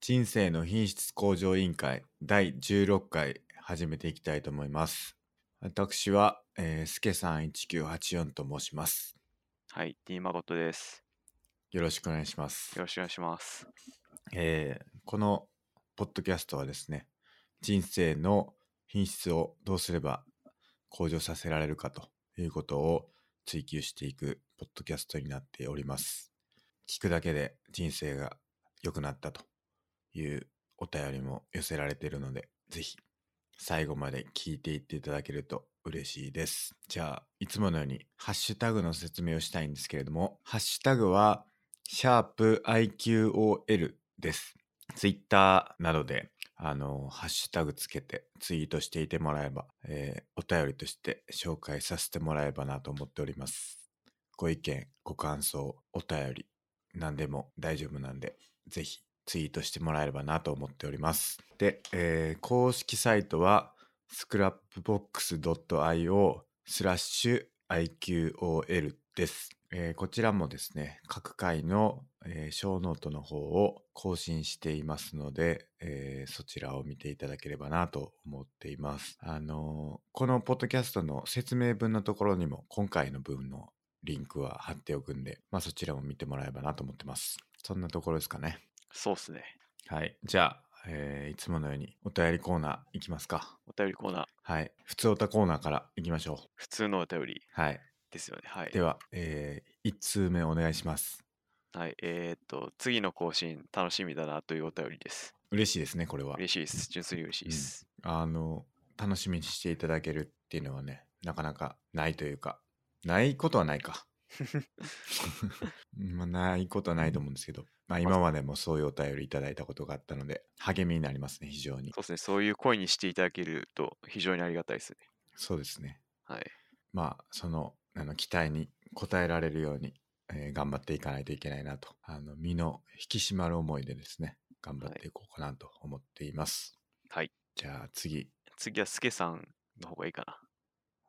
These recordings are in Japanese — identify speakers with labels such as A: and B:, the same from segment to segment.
A: 人生の品質向上委員会第16回始めていきたいと思います。私は、えー、すけさん1984と申します。
B: はい、D マゴットです。
A: よろしくお願いします
B: よ。ろしくお願いします。
A: えーこのポッドキャストはですね、人生の品質をどうすれば向上させられるかということを追求していくポッドキャストになっております。聞くだけで人生が良くなったというお便りも寄せられているので、ぜひ最後まで聞いていっていただけると嬉しいです。じゃあ、いつものようにハッシュタグの説明をしたいんですけれども、ハッシュタグはシャープ i q o l です。ツイッターなどで、あの、ハッシュタグつけてツイートしていてもらえば、えーお便りとして紹介させてもらえばなと思っております。ご意見、ご感想、お便り、何でも大丈夫なんで、ぜひツイートしてもらえればなと思っております。で、えー公式サイトは scrapbox.io スラッシュ IQOL です、えーこちらもですね、各回の、えーショーノートの方を更新していますので、えーそちらを見ていただければなと思っています。あのーこのポッドキャストの説明文のところにも今回の文のリンクは貼っておくんで、まあ、そちらも見てもらえばなと思ってます。そんなところですかね。
B: そうっすね。
A: はい。じゃあ、えーいつものようにお便りコーナーいきますか。
B: お便りコーナー、
A: はい。普通おたコーナーからいきましょう。
B: 普通のお便り
A: はい。
B: ですよね。はい。
A: では、え1通目お願いします。
B: はい、えー、っと、次の更新楽しみだなというお便りです。
A: 嬉しいですね、これは。
B: 嬉しいです。純粋に嬉しいです。
A: あの、楽しみにしていただけるっていうのはね、なかなかないというか、ないことはない か。まあ、ないことはないと思うんですけど、まあ、今までもそういうお便りいただいたことがあったので、励みになりますね、非常に
B: そう。ですね。そういう声にしていただけると非常にありがたいですね。
A: そうですね。
B: はい。
A: まあ、その、あの、期待に応えられるように、えー頑張っていかないといけないなと、あの、身の引き締まる思いでですね、頑張っていこうかなと思っています。
B: はい。
A: じゃあ次、
B: 次はスケさんの方がいいかな。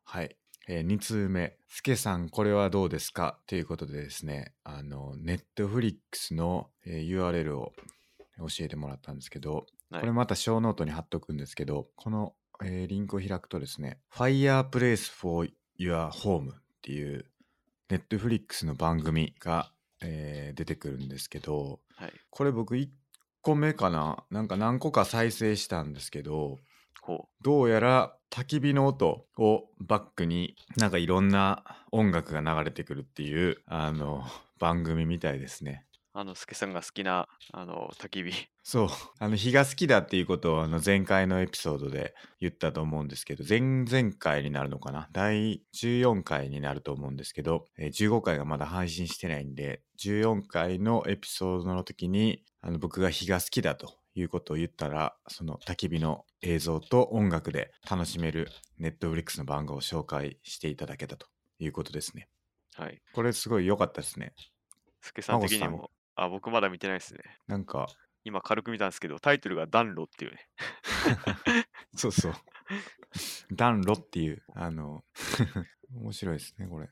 A: はい。えー、2通目、すけさん、これはどうですかということでですね、あの、ネットフリックスの、えー URL を教えてもらったんですけど、
B: はい
A: これまた小ノートに貼っとくんですけど、この、えーリンクを開くとですね、Fireplace for Your Home っていう、ネットフリックスの番組が、えー出てくるんですけど、
B: はい。
A: これ僕1個目かななんか何個か再生したんですけど、
B: こ
A: どうやら焚き火の音をバックになんかいろんな音楽が流れてくるっていうあの番組みたいですね。
B: う、あの、スケさんが好きな、あの、焚き火。
A: そう あの日が好きだっていうことをあの前回のエピソードで言ったと思うんですけど前々回になるのかな第14回になると思うんですけど、えー15回がまだ配信してないんで14回のエピソードの時にあの僕が日が好きだということを言ったらその焚き火の映像と音楽で楽しめるネットフリックスの番号を紹介していただけたということですね
B: はい。
A: これすごい良かったですね
B: スケさん
A: マゴ
B: 的
A: さん
B: にも、あ、僕まだ見てないですね。
A: なんか
B: 今軽く見たんですけど、タイトルが暖炉っていうね。
A: そうそう。暖炉っていう、あの、面白いですね、これ。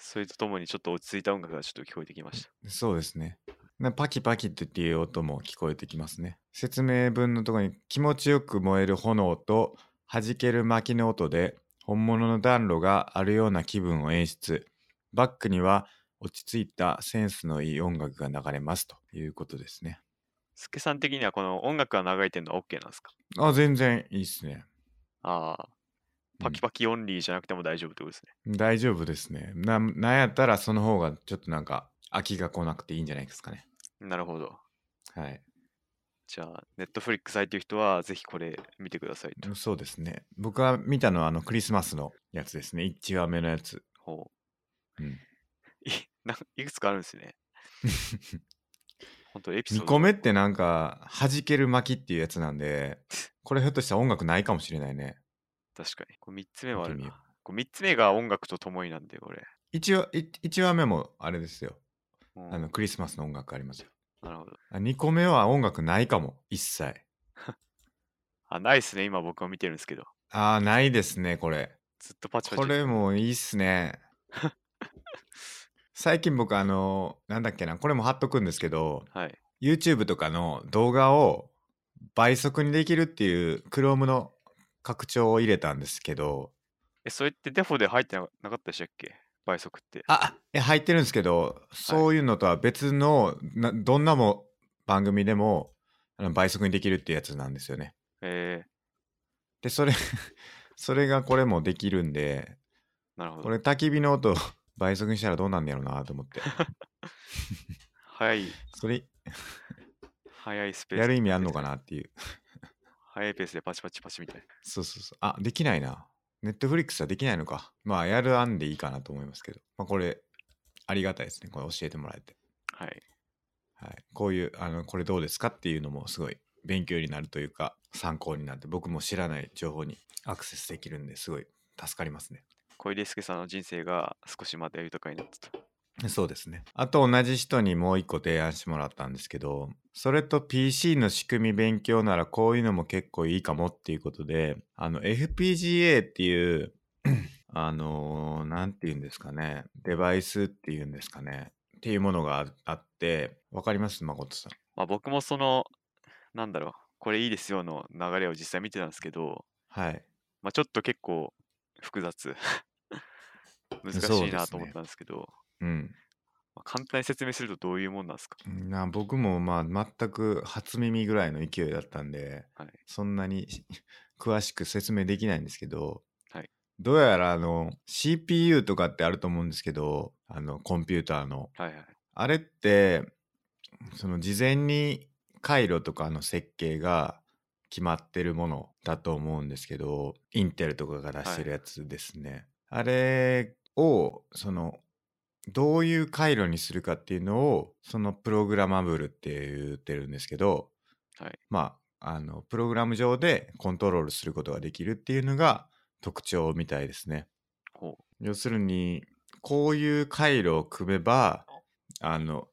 B: それとともにちょっと落ち着いた音楽がちょっと聞こえてきました。
A: そうですね。なパキパキっていう音も聞こえてきますね。説明文のところに気持ちよく燃える炎と弾ける薪の音で本物の暖炉があるような気分を演出。バックには落ち着いたセンスのいい音楽が流れますということですね。
B: スケさん的にはこの音楽が流れてるのは OK なんですか
A: あ、全然いいですね。
B: ああ、パキパキオンリーじゃなくても大丈夫ってことですね。
A: 大丈夫ですね。な、なんやったらその方がちょっとなんか飽きが来なくていいんじゃないですかね。
B: なるほど。
A: はい。
B: じゃあ、ネットフリックス入ってる人はぜひこれ見てくださいと。
A: そうですね。僕は見たのはあのクリスマスのやつですね。1話目のやつ。
B: ほ
A: う
B: う。
A: ん
B: いないくつかあるんです ね。本当エピ
A: 2
B: ソード。
A: 個目ってなんか、弾ける巻きっていうやつなんで、これひょっとしたら音楽ないかもしれないね。
B: 確かに。こう3つ目はある
A: 見てみよ
B: な。こう3つ目が音楽とともになんで、これ。
A: 1話い一話目もあれですよ。
B: うん
A: あの、クリスマスの音楽ありますよ。
B: なるほど。
A: あ2個目は音楽ないかも。一切。
B: あ、ないっすね。今僕も見てるんですけど。
A: ああ、ないですね、これ。
B: ずっとパチパチ。
A: これもいいっす ね。最近僕あの、なんだっけな、これも貼っとくんですけど、
B: はい。
A: YouTube とかの動画を倍速にできるっていう Chrome の拡張を入れたんですけど、
B: え、それってデフォで入ってななかったでしたっけ倍速って。
A: あえ入ってるんですけど、そういうのとは別の、などんなも番組でもあの倍速にできるっていうやつなんですよね。
B: え
A: で、それ、 それがこれもできるんで、
B: ー、なるほ
A: こ
B: ど。
A: れ焚き火の音を倍速にしたらどうなんねやろうなと思って、
B: 早い、
A: それ
B: 早いスペース。
A: やる意味あんのかなっていう。
B: 早いペースでパチパチパチみたいな。
A: そうそうそう。あ、できないな。ネットフリックスはできないのか。まあ、やる案でいいかなと思いますけど。まあ、これ、ありがたいですね。これ教えてもらえて。
B: はい。
A: はい。こういう、あの、これどうですかっていうのもすごい勉強になるというか、参考になって、僕も知らない情報にアクセスできるんで、すごい助かりますね。
B: 小出介さんの人生が少しまで豊かになったと。
A: そうですね。あと同じ人にもう一個提案してもらったんですけど、それと PC の仕組み勉強ならこういうのも結構いいかもっていうことで、あの FPGA っていう、 あのーなんて言うんですかね、デバイスっていうんですかね、っていうものがああって、わかります誠さん。
B: まあ僕もその、なんだろう、これいいですよの流れを実際見てたんですけど、
A: はい。
B: まあちょっと結構複雑。 難
A: そう
B: しい
A: で
B: な
A: す
B: と思っ
A: ね
B: たんですけど、
A: うん。
B: まあ簡単に説明するとどういうもんなんですか
A: な僕もまあ全く初耳ぐらいの勢いだったんで、
B: はい
A: そんなに詳しく説明できないんですけど、
B: はい
A: どうやらあの CPU とかってあると思うんですけどあのコンピューターの
B: はいはい。
A: あれってその事前に回路とかの設計が決まってるものだと思うんですけどインテルとかが出してるやつですね、あれをそのどういう回路にするかっていうのをそのプログラマブルって言ってるんですけど、
B: はい
A: まああのプログラム上でコントロールすることができるっていうのが特徴みたいですね。
B: ほう。
A: 要するにこういう回路を組めばあの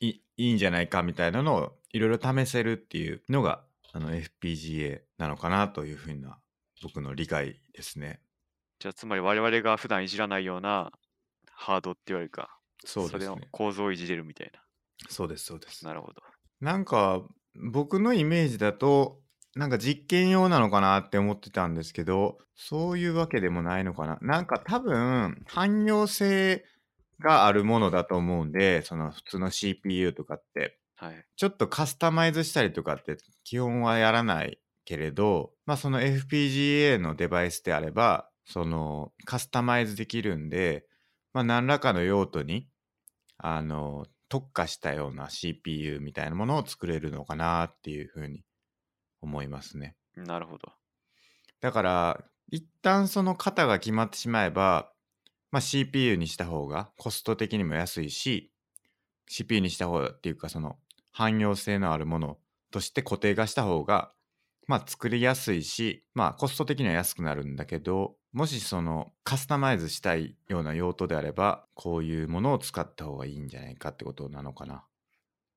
A: いいいんじゃないかみたいなのをいろいろ試せるっていうのがあの FPGA なのかなというふうな僕の理解ですね。
B: じゃあつまり我々が普段いじらないようなハードって言われるか、
A: そうで
B: れ
A: す
B: を
A: ね。
B: 構造をいじれるみたいな。
A: そうですそうです。
B: なるほど。
A: なんか僕のイメージだとなんか実験用なのかなって思ってたんですけどそういうわけでもないのかななんか多分汎用性があるものだと思うんでその普通の CPU とかって
B: はい。
A: ちょっとカスタマイズしたりとかって基本はやらないけれど、まあその FPGA のデバイスであれば、そのカスタマイズできるんで、まあ何らかの用途に、あの、特化したような CPU みたいなものを作れるのかなっていうふうに思いますね。
B: なるほど。
A: だから、一旦その型が決まってしまえば、まあ、CPU にした方がコスト的にも安いし、CPU にした方がっていうか、その汎用性のあるものとして固定化した方が、まあ、作りやすいし、まあ、コスト的には安くなるんだけど、もしそのカスタマイズしたいような用途であれば、こういうものを使った方がいいんじゃないかってことなのかな。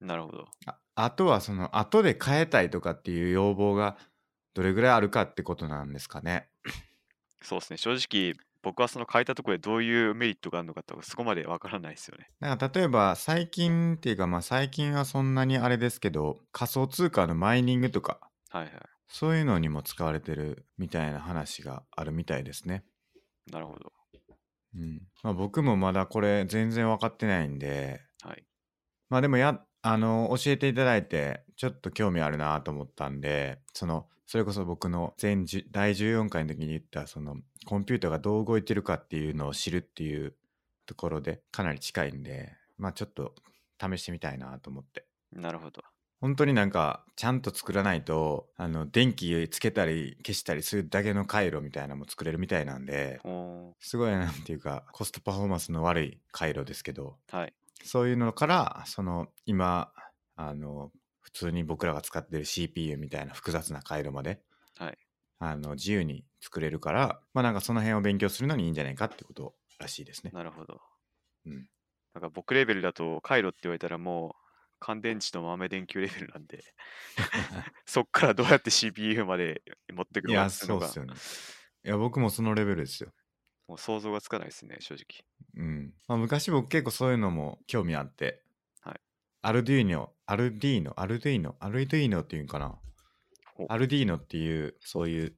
B: なるほど。
A: ああとはその後で変えたいとかっていう要望がどれぐらいあるかってことなんですかね。
B: そうですね。正直、僕はその変えたところでどういうメリットがあるのかとか、そこまでわからないですよね。
A: なんか例えば最近っていうかまあ最近はそんなにあれですけど仮想通貨のマイニングとか
B: はいは
A: そういうのにも使われてるみたいな話があるみたいですね。
B: い。なるほど。
A: うん。まあ僕もまだこれ全然分かってないんで
B: はい。
A: まあでもやあの教えていただいてちょっと興味あるなと思ったんでそのそれこそ僕の前10第14回の時に言ったそのコンピューターがどう動いてるかっていうのを知るっていうところでかなり近いんでまあちょっと試してみたいなと思って。
B: なるほど。
A: 本当になんかちゃんと作らないとあの電気つけたり消したりするだけの回路みたいなのも作れるみたいなんで
B: お
A: すごいなんていうかコストパフォーマンスの悪い回路ですけど
B: ーはい。
A: そういうのからその今あの普通に僕らが使ってる CPU みたいな複雑な回路まで、
B: はい
A: あの自由に作れるからまあなんかその辺を勉強するのにいいんじゃないかってことらしいですね。
B: なるほど。
A: うん
B: なんか僕レベルだと、回路って言われたらもう、乾電池と豆電球レベルな んで、 そっからどうやって CPU まで持ってく
A: い
B: るか
A: や
B: っていう
A: そ
B: の
A: う
B: が
A: っすよね。いや僕もそのレベルですよ。
B: もう想像がつかないですね、正直。
A: うんまあ、昔僕結構そういうのも興味あって、
B: はい
A: アルディーニョアルディーノアルディーノアルディーノっていうんかな
B: お
A: アルディーノっていう、そういう、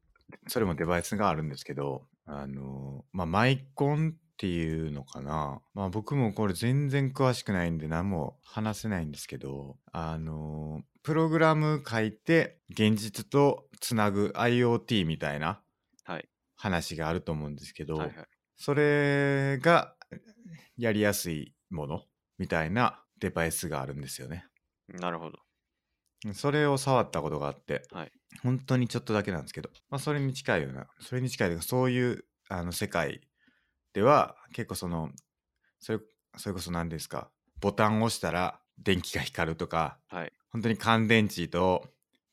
A: それもデバイスがあるんですけど、あの、まあ、マイコンっていうのかな。まあ、僕もこれ全然詳しくないんで何も話せないんですけど、あの、プログラム書いて現実とつなぐ IoT みたいな
B: はい
A: 話があると思うんですけど、
B: はいはい。
A: それがやりやすいものみたいなデバイスがあるんですよね。
B: なるほど。
A: それを触ったことがあって、
B: はい
A: 本当にちょっとだけなんですけど、まあ、それに近いようなそれに近いというかそういうあの世界では結構そのそれそれこそ何ですかボタンを押したら電気が光るとか、
B: はい
A: 本当に乾電池と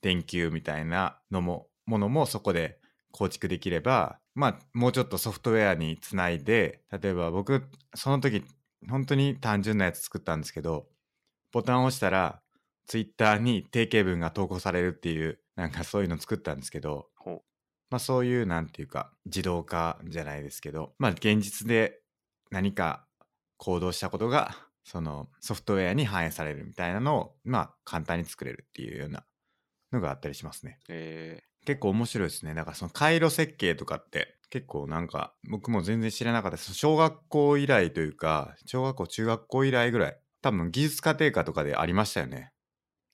A: 電球みたいなのもものもそこで構築できればまあもうちょっとソフトウェアにつないで例えば僕その時本当に単純なやつ作ったんですけどボタンを押したらツイッターに定型文が投稿されるっていうなんかそういうの作ったんですけど
B: ほう
A: まあそういうなんていうか自動化じゃないですけどまあ現実で何か行動したことがそのソフトウェアに反映されるみたいなのをまあ簡単に作れるっていうようなのがあったりしますね。
B: え
A: 結構面白いですね。だからその回路設計とかって結構なんか僕も全然知らなかったです。小学校以来というか、小学校、中学校以来ぐらい、多分技術家庭科とかでありましたよね。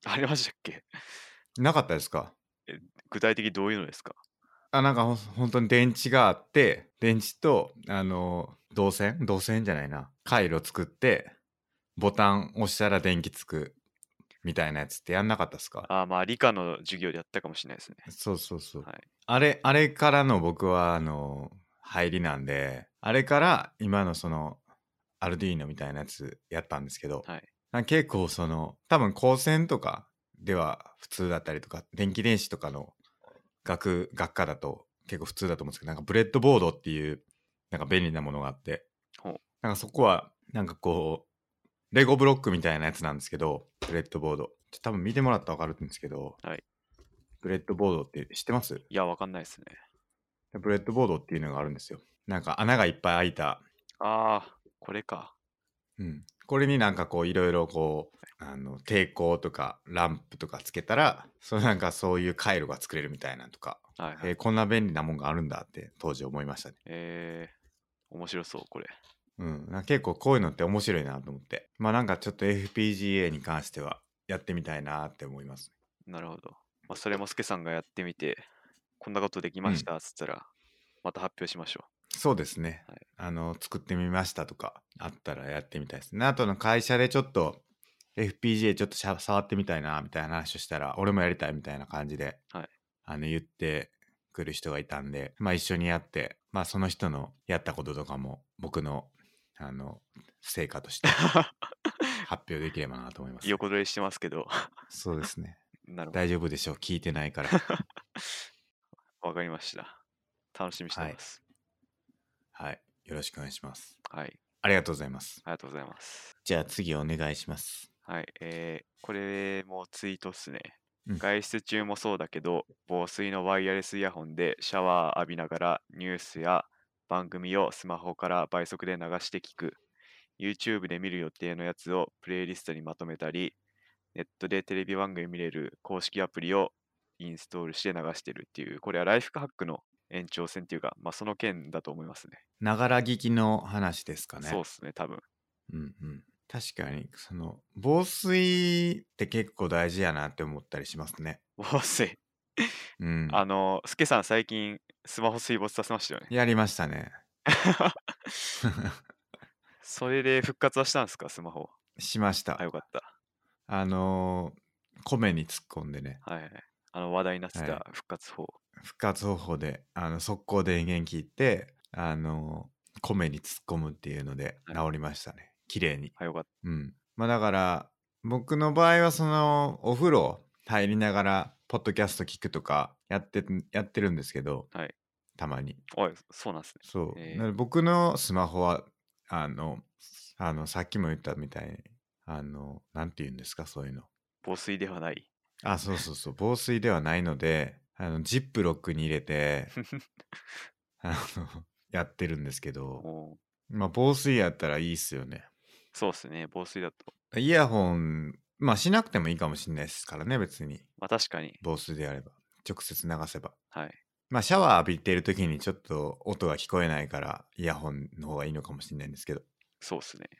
B: ー、ありましたっけ
A: なかったですか
B: 具体的にどういうのですか
A: あなんかほん本当に電池があって電池とあの導線導線じゃないな回路作ってボタン押したら電気つくみたいなやつってやんなかったですか
B: あーまあ理科の授業でやったかもしれないですね。
A: そうそうそう、
B: はい
A: あれあれからの僕はあの入りなんであれから今のそのアルディーノみたいなやつやったんですけど、
B: はい
A: なんか結構その多分光線とかでは普通だったりとか電気電子とかの学学科だと結構普通だと思うんですけどなんかブレッドボードっていうなんか便利なものがあって
B: ほう
A: なんかそこはなんかこうレゴブロックみたいなやつなんですけどブレッドボードちょ多分見てもらったら分かるんですけど、
B: はい
A: ブレッドボードって知ってます
B: いや、わかんないですね。
A: ブレッドボードっていうのがあるんですよなんか穴がいっぱい開いた
B: ああ、これか。
A: うん、これになんかこういろいろこうあの抵抗とかランプとかつけたらそうなんかそういう回路が作れるみたいなとか、
B: はい、はい。
A: えーこんな便利なもんがあるんだって当時思いましたね、
B: えー、面白そう、これ。
A: うん、なんか結構こういうのって面白いなと思ってまあなんかちょっと FPGA に関してはやってみたいなって思います
B: なるほど。まあ、それもすけさんがやってみて、こんなことできましたっつったら、また発表しましょ
A: そうですね、
B: はい
A: あの作ってみましたとかあったらやってみたいですねあとの会社でちょっと FPGA ちょっとしゃ触ってみたいなみたいな話をしたら俺もやりたいみたいな感じで、
B: はい
A: あの言ってくる人がいたんで、まあ、一緒にやって、まあ、その人のやったこととかも僕のあの成果と して発表できればなと思いま
B: う。
A: す
B: 横取りしてますけど、
A: そうですね
B: なるほ
A: 大丈夫でしょう聞いて ないから
B: ど。わかりました。楽しみにして
A: はい
B: ます。
A: はいよろしくお願いします
B: はい。
A: ありがとうございます
B: ありがとうございます。
A: じゃあ次お願いします
B: はい。えー、これもツイートっすね。
A: うん
B: 外出中もそうだけど、防水のワイヤレスイヤホンでシャワー浴びながらニュースや番組をスマホから倍速で流して聞く、YouTube で見る予定のやつをプレイリストにまとめたり、ネットでテレビ番組見れる公式アプリをインストールして流してるっていう、これはライフハックの延長線っていうか、まあ、その件だと思いますね。
A: ながら聞きの話ですかね
B: そうっすね、多分。
A: うんうん、確かにその防水って結構大事やなって思ったりしますね。
B: 防水。
A: うん、
B: あの、スケさん最近スマホ水没させましたよね。
A: やりましたね。
B: それで復活はしたんですか、スマホ。
A: しました。
B: あ、よかった。
A: あのー米に突っ込んでね
B: はいはい。あの話題になって
A: はい
B: た復活法。
A: 復活方法であの速攻電源切ってあのー米に突っ込むっていうので
B: はい
A: 治りましたね綺麗に。
B: あ、よかっ
A: うん、まあだから僕の場合はそのお風呂入りながらポッドキャスト聞くとかやってやってるんですけど、
B: はい
A: たまに。
B: た。おい、そうなんですね。
A: そう。
B: えー
A: だから僕のスマホは、あの、あの、さっきも言ったみたいに、あの、なんて言うんですか、そういうの。
B: 防水ではない。
A: あ、そうそうそう、防水ではないので、あの、ジップロックに入れて、あ の、やってるんですけど、
B: おー
A: まあ、防水やったらいいっすよね。
B: そうですね、防水だと。
A: イヤホン、まあ、しなくてもいいかもしれないですからね、別に、
B: まあ確かに。
A: 防水であれば。直接流せば。
B: はい。
A: まあ、シャワー浴びてる時にちょっと音が聞こえないから、イヤホンの方がいいのかもしれないんですけど。
B: そうですね。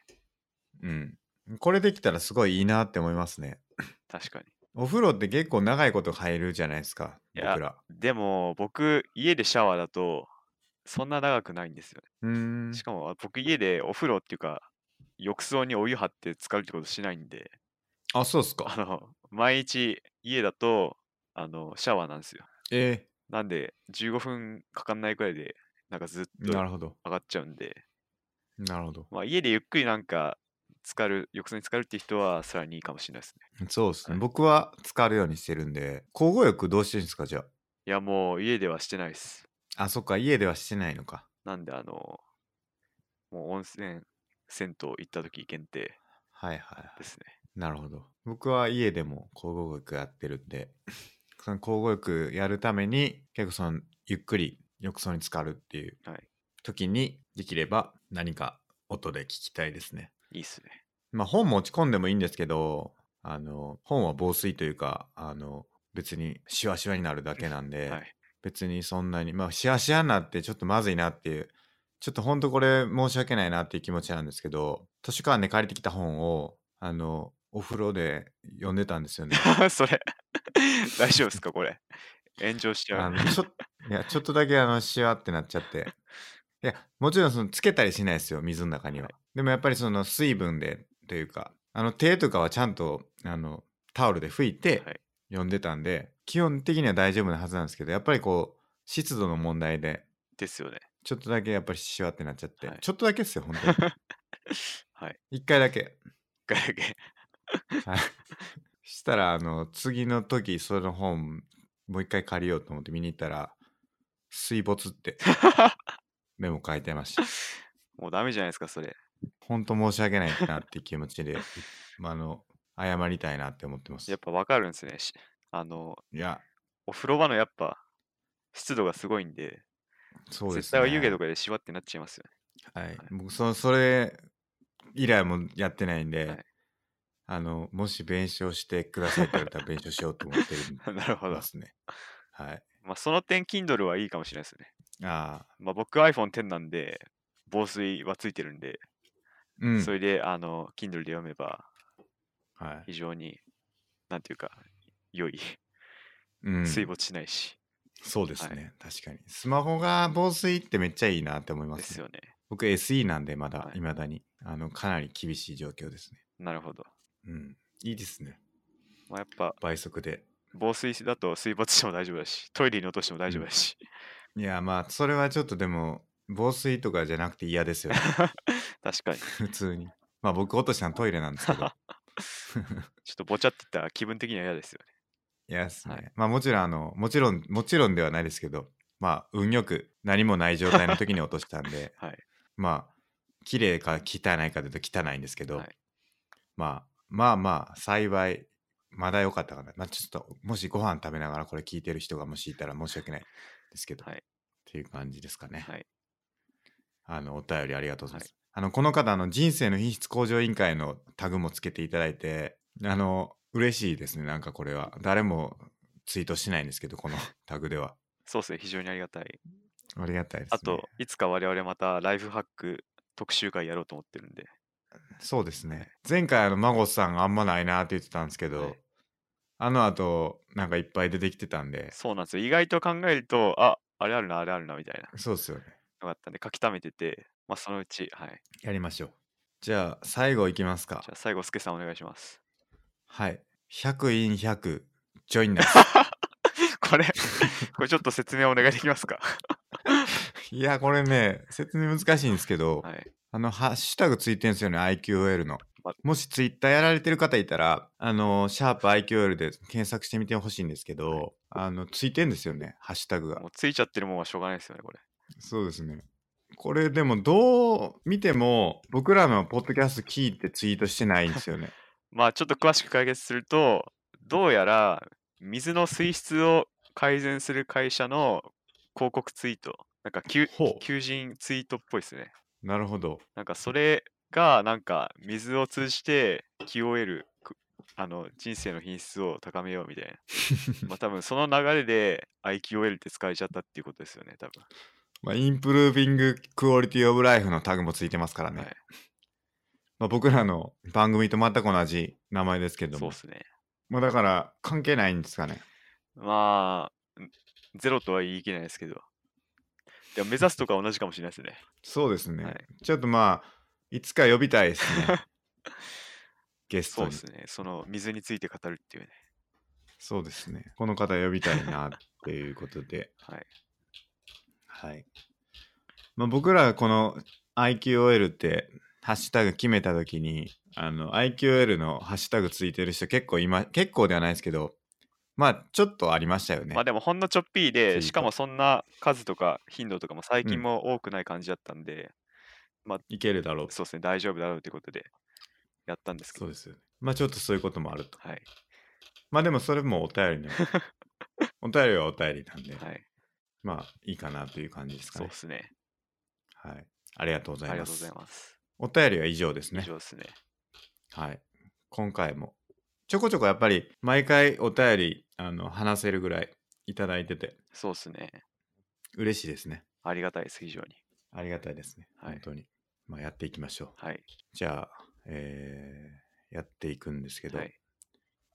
A: うん。これできたらすごいいいなって思いますね。
B: 確かに。
A: お風呂って結構長いこと入るじゃないですか、
B: い
A: 僕
B: や
A: ら。
B: でも、僕、家でシャワーだと、そんな長くないんですよ
A: うーん
B: ね。し。かも、あ僕、家でお風呂っていうか、浴槽にお湯張って浸かるってことしないんで、
A: あ、そうっすか。
B: あの、毎日、家だと、あの、シャワーなんですよ。
A: え
B: なんで、15分かかんないくらいで、なんかずっ
A: ー、
B: と
A: な
B: 上
A: るほど。
B: がっちゃうんで、
A: なるほど。
B: まあ、家でゆっくりなんか、浸かる、浴槽に浸かるって人は、さらにいいかもしれないですね。
A: そうですね。
B: はい
A: 僕は浸かるようにしてるんで、交互浴どうしてるんですか、じゃあ。
B: いや、もう、家ではしてないです。
A: あ、そっか、家ではしてないのか。
B: なんで、あの、もう温泉、銭湯行った時限定
A: はいはいはい。
B: ですね。
A: なるほど。僕は家でも交互浴やってるんで、 その交互浴やるために、結構その、ゆっくり浴槽に浸かるっていう
B: はい
A: 時に、できれば何か音で聞きたいですね。
B: いいっすね。
A: まあ本持ち込んでもいいんですけど、あの、本は防水というか、あの、別にシワシワになるだけなんで、
B: はい。
A: 別にそんなに、まあ、シワシワになってちょっとまずいなっていう、ちょっとほんとこれ申し訳ないなっていう気持ちなんですけど、図書館で借りてきた本を、あの、お風呂で読んでたんですよね。
B: それ、大丈夫ですか、これ。炎上しちゃ
A: あ
B: う
A: の。ちょいやちょっとだけあのシワってなっちゃって。いや、もちろんそのつけたりしないですよ、水の中には。でもやっぱりその水分でというか、あの手とかはちゃんとあのタオルで拭いて
B: はい
A: 読んでたんで、基本的には大丈夫なはずなんですけど、やっぱりこう、湿度の問題で、
B: ですよね。
A: ちょっとだけやっぱりシワってなっちゃって、
B: はい
A: ちょっとだけですよ、本当に。
B: はい。
A: 一回だけ。
B: ガヤガヤ
A: はい。したら、あの、次の時、その本、もう一回借りようと思って見に行ったら、水没ってメモ書いてました。
B: もうダメじゃないですか、それ。
A: 本当申し訳ないなって気持ちで、まああの、謝りたいなって思ってます。
B: やっぱわかるんですね。しあの、
A: いや、
B: お風呂場のやっぱ、湿度がすごいんで、
A: そうで
B: 絶
A: すね。
B: 対湯気とかでシワってなっちゃいますよね。
A: はい。僕、そそれ以来もやってないんで、
B: はい
A: あの、もし弁償してくださいって言われたら弁償しようと思ってる
B: なるほど
A: ま。すね。はい。
B: まあ、その点、Kindle はいいかもしれないですね。
A: ああ、
B: まあ、僕 iPhone X なんで、防水はついてるんで、
A: うん。
B: それで、あの、Kindle で読めば、
A: はい。
B: 非常に、なんていうか、良い。
A: うん、
B: 水没しないし。
A: そうですね、確かに。スマホが防水ってめっちゃいいなって思いま、
B: ですす
A: ね。
B: よね。
A: 僕 SE なんでまだ、
B: はい
A: いまだに、あの、かなり厳しい状況ですね。
B: なるほど。
A: うん。いいですね。
B: まあ、やっぱ、
A: 倍速で。
B: 防水だと水没しても大丈夫だし、トイレに落としても大丈夫だし。
A: いや、まあ、それはちょっとでも、防水とかじゃなくて嫌 ですよね。
B: 確かに。
A: 普通に。まあ、僕落としたのトイレなんですけど。
B: ちょっとぼちゃって言ったら気分的には嫌ですよね。
A: 嫌ですね。
B: はい、
A: まあ、もちろん、あの、もちろん、もちろんではないですけど、まあ、運よく何もない状態の時に落としたんで
B: はい。
A: まあ、綺麗か汚いかというと汚いんですけど、
B: はい
A: まあ、まあまあ、幸い、まだ良かったかな。まあ、ちょっと、もしご飯食べながらこれ聞いてる人がもしいたら申し訳ないですけど、
B: はい
A: っていう感じですかね。
B: はい。
A: あの、お便りありがとうございます。あの、この方、あの、人生の品質向上委員会のタグもつけていただいて、あの、嬉しいですね、なんかこれは。誰もツイートしないんですけど、このタグでは。
B: そうですね。非常にありがたい。
A: ありがたいです、ね。
B: あと、、いつか我々またライフハック特集会やろうと思ってるんで。
A: そうですね。前回、あの、マゴスさんがあんまないなって言ってたんですけど、
B: はい
A: あの後、なんかいっぱい出てきてたんで、
B: そうなんですよ。意外と考えると、あ、あれあるな、あれあるな、みたいな
A: そうですよね。
B: のがあったんで、書き溜めてて、まあ、そのうち、はい。
A: やりましょう。じゃあ、最後いきますか
B: じゃ。あ、最後、すけさんお願いします。
A: はい。100 in 100、ジョイン ナス。
B: これ、これちょっと説明お願いできますか
A: いや、これね、説明難しいんですけど、
B: はい。
A: あの、ハッシュタグついてんすよね、IQL の
B: ま。
A: もしツイッターやられてる方いたら、あの、シャープ IQL で検索してみてほしいんですけど、あの、ついてんですよね、ハッシュタグが
B: も。うついちゃってるもんはしょうがないですよね、これ。
A: そうですね。これでも、どう見ても、僕らのポッドキャスト聞いてツイートしてないんですよ ね。
B: まあちょっと詳しく解決すると、どうやら水の水質を改善する会社の広告ツイート、なんか求
A: ほう
B: 求人ツイートっぽいですね。
A: なるほど。
B: なんかそれがなんか水を通じて QOL、くあの人生の品質を高めようみたいな。 まあ多分その流れで IQL って使えちゃったっていうことですよね、多分。
A: まあ、インプルービングクオリティオブライフのタグもついてますからね。
B: はい
A: まあ、僕らの番組と全く同じ名前ですけど
B: そう
A: も
B: で。すね。
A: まあ、だから関係ないんですかね。
B: まあ、んゼロとは言い切れないですけど。でも目指すとか同じかもしれないです ね。
A: そうですね。
B: はい
A: ちょっとまあ、いつか呼びたいですね。 ゲス
B: そ
A: ト
B: う
A: に
B: で。すね。その水について語るっていうね。
A: そうですね。この方呼びたいなっていうことで。
B: はい。
A: はい。まあ、僕らこの IQOL ってハッシュタグ決めたときに、あの IQOL のハッシュタグついてる人結構今、結構ではないですけど、まあちょっとありましたよね。
B: まあでもほんのちょっ
A: ツイ
B: ぴー
A: ー
B: で、
A: ト
B: しかもそんな数とか頻度とかも最
A: う
B: 近
A: ん
B: も多くない感じだったんで、
A: いけるだろう。
B: そうですね、大丈夫だろうってことでやったんですけ
A: そ
B: ど
A: う。ですよね。まあちょっとそういうこともあると。
B: はい。
A: まあでもそれもお 便りの、お便りはお便りなんで、
B: はい。
A: まあいいかなという感じですか
B: そう
A: ね
B: で。すね。
A: はい。ありがとうござ
B: あ
A: い
B: りが
A: ま
B: とうご
A: す。
B: ざいます。
A: お便りは以上です
B: 以
A: ね。
B: 上ですね。
A: はい。今回も、ちょこちょこやっぱり、毎回お便り、あの、話せるぐらいいただいてて、
B: そうですね。
A: 嬉しいですね。
B: ありがたいです、非常に。
A: ありがたいですね。
B: はい
A: 本当に。まあ、やっていきましょう。
B: はい。
A: じゃあ、えーやっていくんですけど、
B: はい、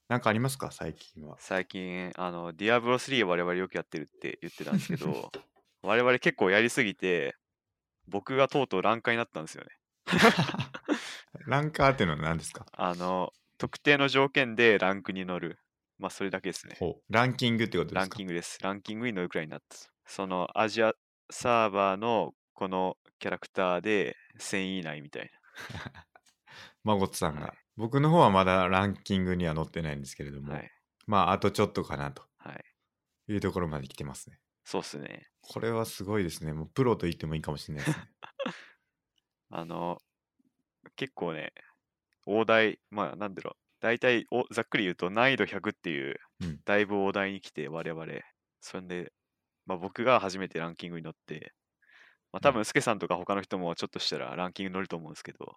A: なんかありますか最近は。
B: 最近、あの、ディアブロ3を我々よくやってるって言ってたんです けど、我々結構やりすぎて、僕がとうとうランカーになったんですよね。
A: ランカーっていうのは何ですか
B: あの、特定の条件でランクに乗る。まあ、それだけですね。
A: ほうランキングってことで
B: ラ
A: す
B: ン
A: か
B: キングです。ランキングに乗るくらいになったと。そのアジアサーバーのこのキャラクターで1000位以内みたい
A: マゴットさんが、
B: はい
A: 僕の方はまだランキングには載ってないんですけれども、
B: な。はい。
A: まあ、あとちょっとかなと
B: はい。
A: いうところまで来てますね。
B: そうっすね。
A: これはすごいですね。もうプロと言ってもいいかもしれないですね。
B: あの、結構ね、大台、まあ、なんだろう、大体お、ざっくり言うと難易度100っていう
A: うん、
B: だいぶ大台に来て、我々。そんで、まあ、僕が初めてランキングに乗って、まあ、多
A: う
B: 分、スケさんとか他の人もちょっとしたらランキングに乗ると思うんですけど、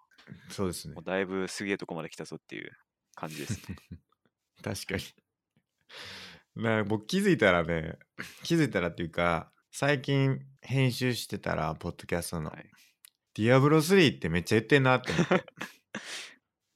A: そうですね
B: もう。だいぶすげえとこまで来たぞっていう感じです ね。
A: 確かに。 な僕気づいたらね、気づいたらっていうか、最近編集してたら、ポッドキャストの、
B: はい
A: ディアブロ3ってめっちゃ言ってんなって思 って。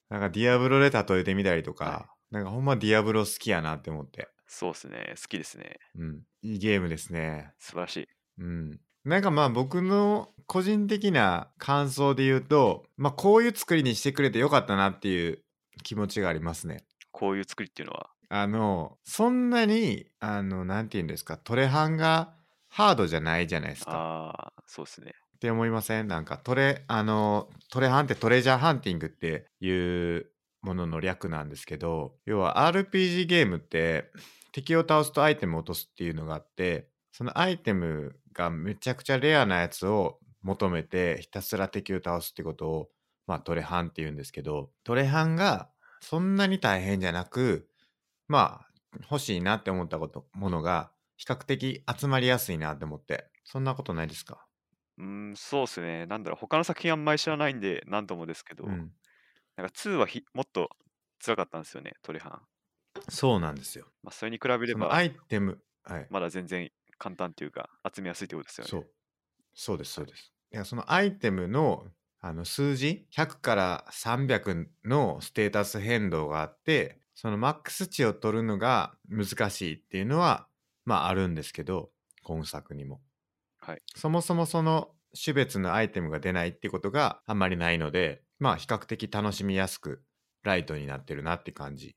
A: なんかディアブロで例えてみたりとか、
B: は
A: なんかほんまディアブロ好きやなって思って。
B: そうですね、好きですね。
A: うん。いいゲームですね。
B: 素晴らしい。
A: うん。なんかまあ僕の個人的な感想で言うと、まあこういう作りにしてくれてよかったなっていう気持ちがありますね。
B: こういう作りっていうのは、
A: あの、そんなに、あの、なんて言うんですか、トレハンがハードじゃないじゃないですか。
B: ああ、そうですね。
A: って思いませんなんかトレ、あの、トレハンってトレジャーハンティングっていうものの略なんですけど、要は RPG ゲームって敵を倒すとアイテムを落とすっていうのがあって、そのアイテムがめちゃくちゃレアなやつを求めてひたすら敵を倒すってことを、まあトレハンって言うんですけど、トレハンがそんなに大変じゃなく、まあ欲しいなって思ったこと、ものが比較的集まりやすいなって思って、そんなことないですか
B: うーん、そうですね。なんだろう、他の作品あんまり知らないんで、なんともですけど、
A: うん
B: なんか2はひもっと辛かったんですよね、トレハン。
A: そうなんですよ。
B: まあ、それに比べれ
A: その
B: ば、
A: アイテム、はい、
B: まだ全然簡単というか、集めやすいってことですよね。
A: そう、そうです、そうです。だからそのアイテムのあの数字、100から300のステータス変動があって、そのマックス値を取るのが難しいっていうのは、まああるんですけど、今作にも。
B: はい
A: そもそもその種別のアイテムが出ないってことがあんまりないので、まあ比較的楽しみやすく、ライトになってるなって感じ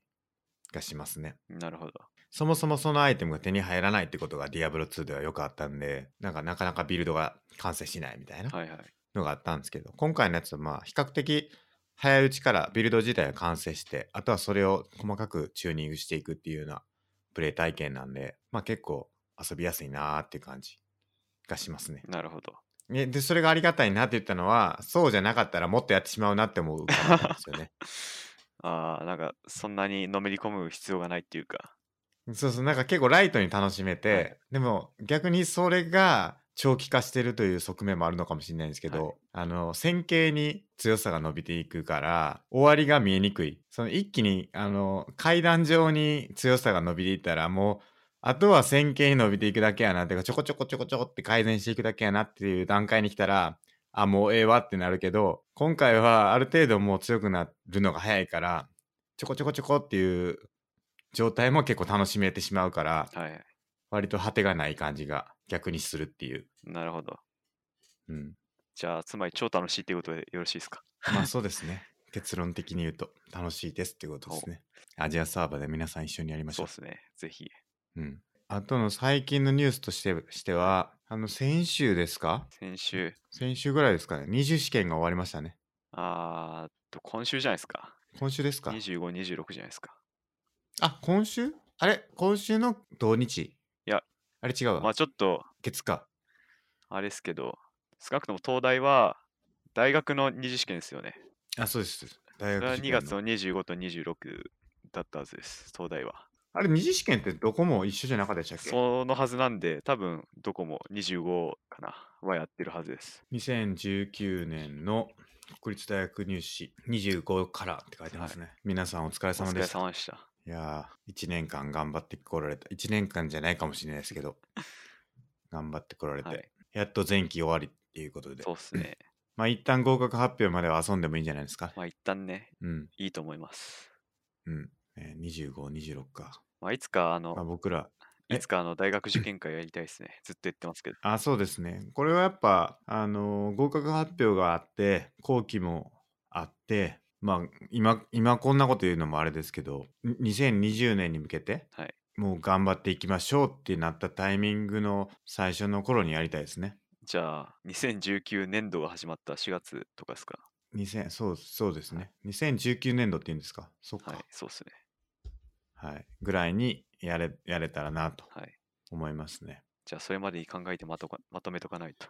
A: がしますね。
B: なるほど。
A: そもそもそのアイテムが手に入らないってことがディアブロ2ではよくあったんで、なんかなかなかビルドが完成しないみたいな
B: はいはい。
A: のがあったんですけど、今回のやつはまあ比較的早いうちからビルド自体が完成して、あとはそれを細かくチューニングしていくっていうようなプレイ体験なんで、まあ結構遊びやすいなーっていう感じがしますね。
B: なるほど。
A: ねで、それがありがたいなって言ったのは、そうじゃなかったらもっとやってしまうなって思うからなんですよね。
B: ああ、なんか、そんなにのめり込む必要がないっていうか、
A: そうそう、なんか結構ライトに楽しめて、
B: はい
A: でも逆にそれが長期化してるという側面もあるのかもしれないんですけど、
B: は
A: あの線形に強さが伸びていくから終わりが見えにくいその一気にあの階段状に強さが伸びていったらもうあとは線形に伸びていくだけやなっていうかちょこちょこちょこちょこって改善していくだけやなっていう段階に来たらあもうええわってなるけど今回はある程度もう強くなるのが早いからちょこちょこちょこっていう状態も結構楽しめてしまうから
B: はい。
A: 割と果てがない感じが逆にするっていう。
B: なるほど。
A: うん。
B: じゃあ、つまり超楽しいっていうことでよろしいですか
A: まあそうですね。結論的に言うと楽しいですってことですね。アジアサーバーで皆さん一緒にやりまし
B: そ
A: ょ
B: う
A: う
B: で。すね。ぜひ。
A: うん。あとの最近のニュースとしてしては、あの先週ですか
B: 先週、
A: 先週ぐらいですかね。二次試験が終わりましたね。
B: あーっと、今週じゃないですか。
A: 今週ですか
B: 25、26じゃないですか。
A: あ、今週あれ今週の土日い
B: や。
A: あれ違うわ。
B: まあちょっと、
A: 月か。
B: あれですけど、少なくとも東大は大学の二次試験ですよね。
A: あ、そうです。
B: そ
A: 大
B: れ
A: 学
B: は
A: 受
B: 2
A: 験の
B: 月の25と26だったはずです、東大は。
A: あれ二次試験ってどこも一緒じゃなかったでしたっけ
B: そのはずなんで、多分どこも25かなはやってるはずです。
A: 2019年の国立大学入試25からって書いてますね。皆さんお疲れ
B: お
A: 様
B: 疲
A: で
B: れ
A: した。
B: 様でした。
A: いやー、1年間頑張ってこられた。1年間じゃないかもしれないです けど、頑張ってこられて、
B: はい、
A: やっと前期終わりっていうことで
B: そ、うで すね。
A: まあ一旦合格発表までは遊んでもいいんじゃないですか。
B: まあ一旦ね、
A: うん、
B: いいと思います。
A: うん。えー25、26か。
B: まあいつか、あ
A: まあ
B: の、
A: 僕ら、え
B: いつかあの大学受験会やりたいですね。ずっと言ってますけど。
A: あ、そうですね。これはやっぱ、あのー合格発表があって、後期もあって、まあ、今、今こんなこと言うのもあれですけど、に2020年に向けて、
B: はい
A: もう頑張っていきましょうってなったタイミングの最初の頃にやりたいですね。
B: じゃあ、2019年度が始まった4月とかですか。
A: 2000そう、そうですね。2019年度って言うんですか。そっか。
B: は
A: はいい、。
B: そうですね。
A: ぐらいにやれ、やれたらなと
B: はい。
A: 思いますね。
B: じゃあ、それまでに考えてまとかまとめとかないと。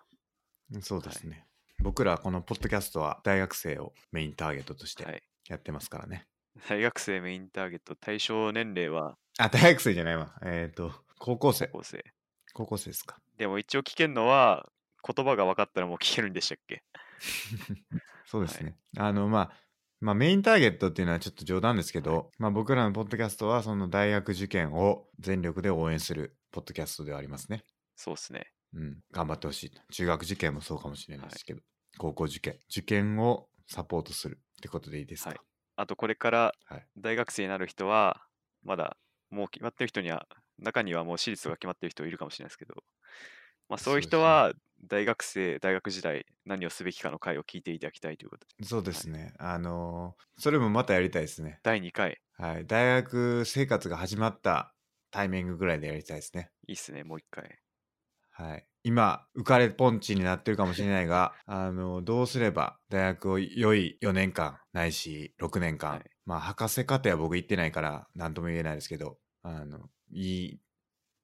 A: そうですね。僕らこのポッドキャストは大学生をメインターゲットとし
B: は
A: て
B: い
A: やってますからね。
B: 大学生メインターゲット、対象年齢は
A: あ、大学生じゃないわ。えっ、と、高校生。
B: 高校生。
A: 高校生ですか。
B: でも一応聞けるのは、言葉が分かったらもう聞けるんでしたっけ
A: そうですね。あの、まあ、まあ、メインターゲットっていうのはちょっと冗談ですけど、まあ、僕らのポッドキャストは、その大学受験を全力で応援するポッドキャストではありますね。
B: そうですね。
A: うん、頑張ってほしい。中学受験もそうかもしれないですけど、高校受験、受験をサポートするってことでいいですか。
B: はいあと、これから
A: はい
B: 大学生になる人は、まだもう決まってる人には、中にはもう私立が決まってる人いるかもしれないですけど、まあ、そういう
A: そうですね
B: 人は、大学生、大学時代、何をすべきかの回を聞いていただきたいということで、
A: そうですね。あのーそれもまたやりたいですね。
B: 第2回、
A: はい。大学生活が始まったタイミングぐらいでやりたいですね。
B: いいっすね、もう1回。
A: はい、今浮かれポンチになってるかもしれないがあのどうすれば大学を良い4年間ないし6年間、
B: はい
A: まあ博士課程は僕行ってないから何とも言えないですけどあのいい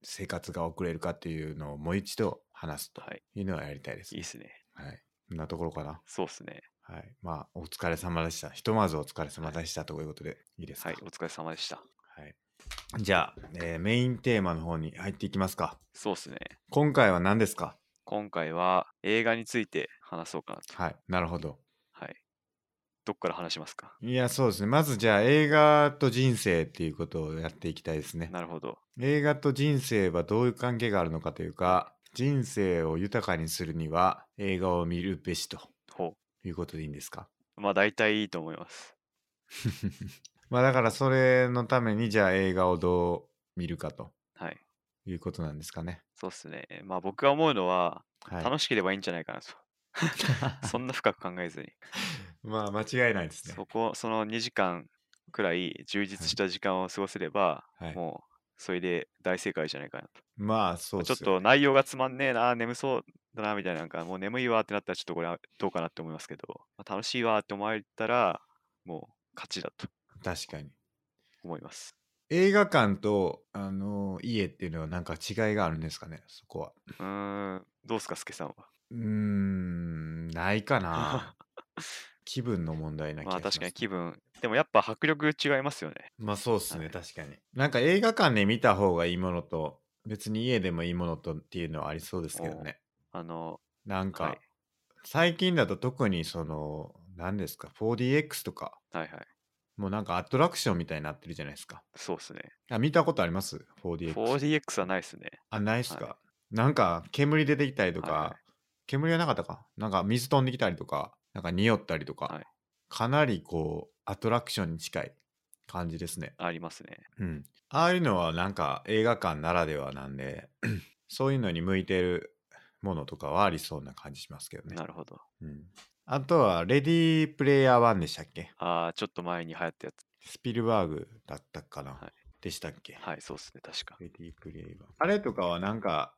A: 生活が送れるかっていうのをもう一度話すと
B: はい、
A: いうのはやりたいです、
B: いい
A: ね
B: っすね。
A: はい、こんなところかな、
B: そうっすね。
A: はい、まあお疲れ様でしたひとまずお疲れ様でしたということでいいですか、
B: はい、お疲れ様でした。
A: はいじゃあ、えーメインテーマの方に入っていきますか
B: そうっすね。
A: 今回は何ですか
B: 今回は映画について話そうかなと。
A: はいなるほど
B: はい。どっから話しますか
A: いや、そうですね。まずじゃあ映画と人生っていうことをやっていきたいですね。
B: なるほど。
A: 映画と人生はどういう関係があるのかというか、人生を豊かにするには映画を見るべしと
B: ほ
A: いうことでいいんですか
B: う。まあ大体いいと思います。
A: まあだからそれのためにじゃあ映画をどう見るかと
B: はい。
A: いうことなんですかね。
B: そうっすね。まあ僕が思うのは、
A: はい。
B: 楽しければいいんじゃないかなと。 そんな深く考え ずに。
A: まあ間違いないですね。
B: そこ、その2時間くらい充
A: は
B: 実
A: い
B: した時間を過ごせれば、
A: はい、
B: もうそれで大正解じゃないかなと。
A: まあそう
B: まあ
A: です
B: ちょ
A: よ
B: っと内容がつまんねえな、眠そうだなみたいな、なんかもう眠いわってなったらちょっとこれはどうかなって思いますけど、まあ楽しいわって思えたら、もう勝ちだと
A: 確かに。
B: 思います。
A: 映画館と、あの家っていうのはなんか違いがあるんですかね、そこは。
B: うーん、どうっすか、スケさんは。
A: うーん、ないか な。気分の問題な気が
B: ま
A: し
B: あ
A: ます、
B: 確かに気分。でもやっぱ迫力違いますよね。
A: まあそうっすね、
B: はい
A: 確かになんか映画館で見た方がいいものと別に家でもいいものとっていうのはありそうですけどね
B: あの、
A: なんか、
B: はい
A: 最近だと特にその何ですか 4DX とか
B: はいはい。
A: もうなんかアトラクションみたいになってるじゃないですか
B: そうですね。
A: あ見たことあります 4DX
B: 4DX はないですね。
A: あないっすか、
B: は
A: なんか煙出てきたりとか、
B: はいはい
A: 煙はなかったかなんか水飛んできたりとかなんか匂ったりとか、
B: はい
A: かなりこうアトラクションに近い感じですね
B: ありますね。
A: うんああいうのはなんか映画館ならではなんで そういうのに向いてるものとかはありそうな感じしますけどね
B: なるほど。
A: うん、あとはレディープレイヤー1でしたっけ
B: ああ、ちょっと前に流行ったやつ。
A: スピルバーグだったかな、
B: はい
A: でしたっけ
B: はい、そうですね。確か。
A: レディープレイヤー。あれとかはなん か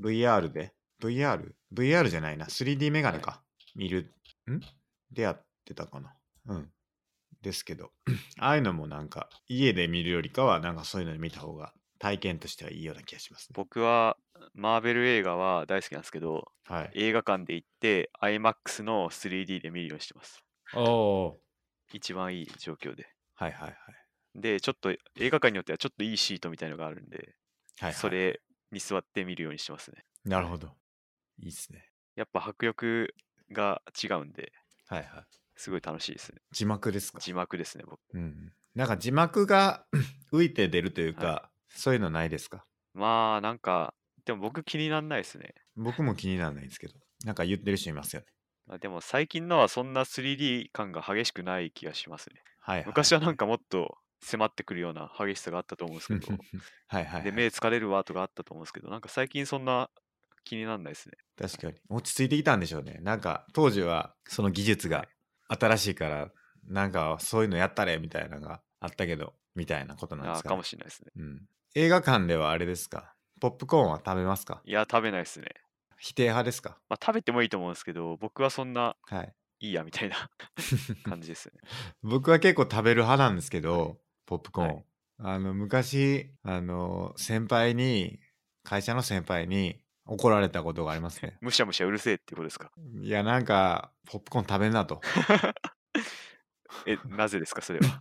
A: VR で ?VR?VR じゃないな。3D メガネか。見る。んでやってたかな。うん。ですけど。 ああいうのもなんか家で見るよりかはなんかそういうの見た方が体験としてはいいような気がしますね。
B: 僕は、マーベル映画は大好きなんですけど、
A: はい。
B: 映画館で行って、IMAX の 3D で見るようにしてます。
A: おお。
B: 一番いい状況で。
A: はいはいはい。
B: で、ちょっと映画館によってはちょっといいシートみたいのがあるんで、
A: はい、はい。
B: そ。れに座って見るようにしてますね。
A: なるほど。いいっすね。
B: やっぱ迫力が違うんで、
A: はいはい。
B: すごい楽しいですね。
A: 字幕ですか
B: 字幕ですね、僕。
A: うん。なんか字幕が 浮いて出るというか、
B: は
A: そういうのないですか
B: まあ、なんか、でも僕気になんないですね。
A: 僕も気にならないんですけど、なんか言ってる人いますよね。
B: まあでも最近のはそんな 3D 感が激しくない気がしますね。
A: はい、はい。
B: 昔はなんかもっと迫ってくるような激しさがあったと思うんですけど、
A: はいはい
B: で、
A: はい。
B: 目疲れるわとかあったと思うんですけど、なんか最近そんな気になんないですね。
A: 確かに。落ち着いてきたんでしょうね。なんか当時はその技術が新しいから、なんかそういうのやったれみたいなのがあったけど、みたいなことなんで
B: あ
A: す
B: ー
A: か,、
B: かもしれないですね。
A: うん。映画館ではあれですかポップコーンは食べますか
B: いや、食べないですね。
A: 否定派ですか
B: まあ、食べてもいいと思うんですけど、僕はそんな
A: はい。
B: いいやみたいな 感じです ね。
A: 僕は結構食べる派なんですけど、ポップコーン、
B: はい
A: あの昔あの先輩に会社の先輩に怒られたことがありますね
B: むしゃむしゃうるせえっていうことですか。
A: いやなんかポップコーン食べんなと
B: え、なぜですか、それ は。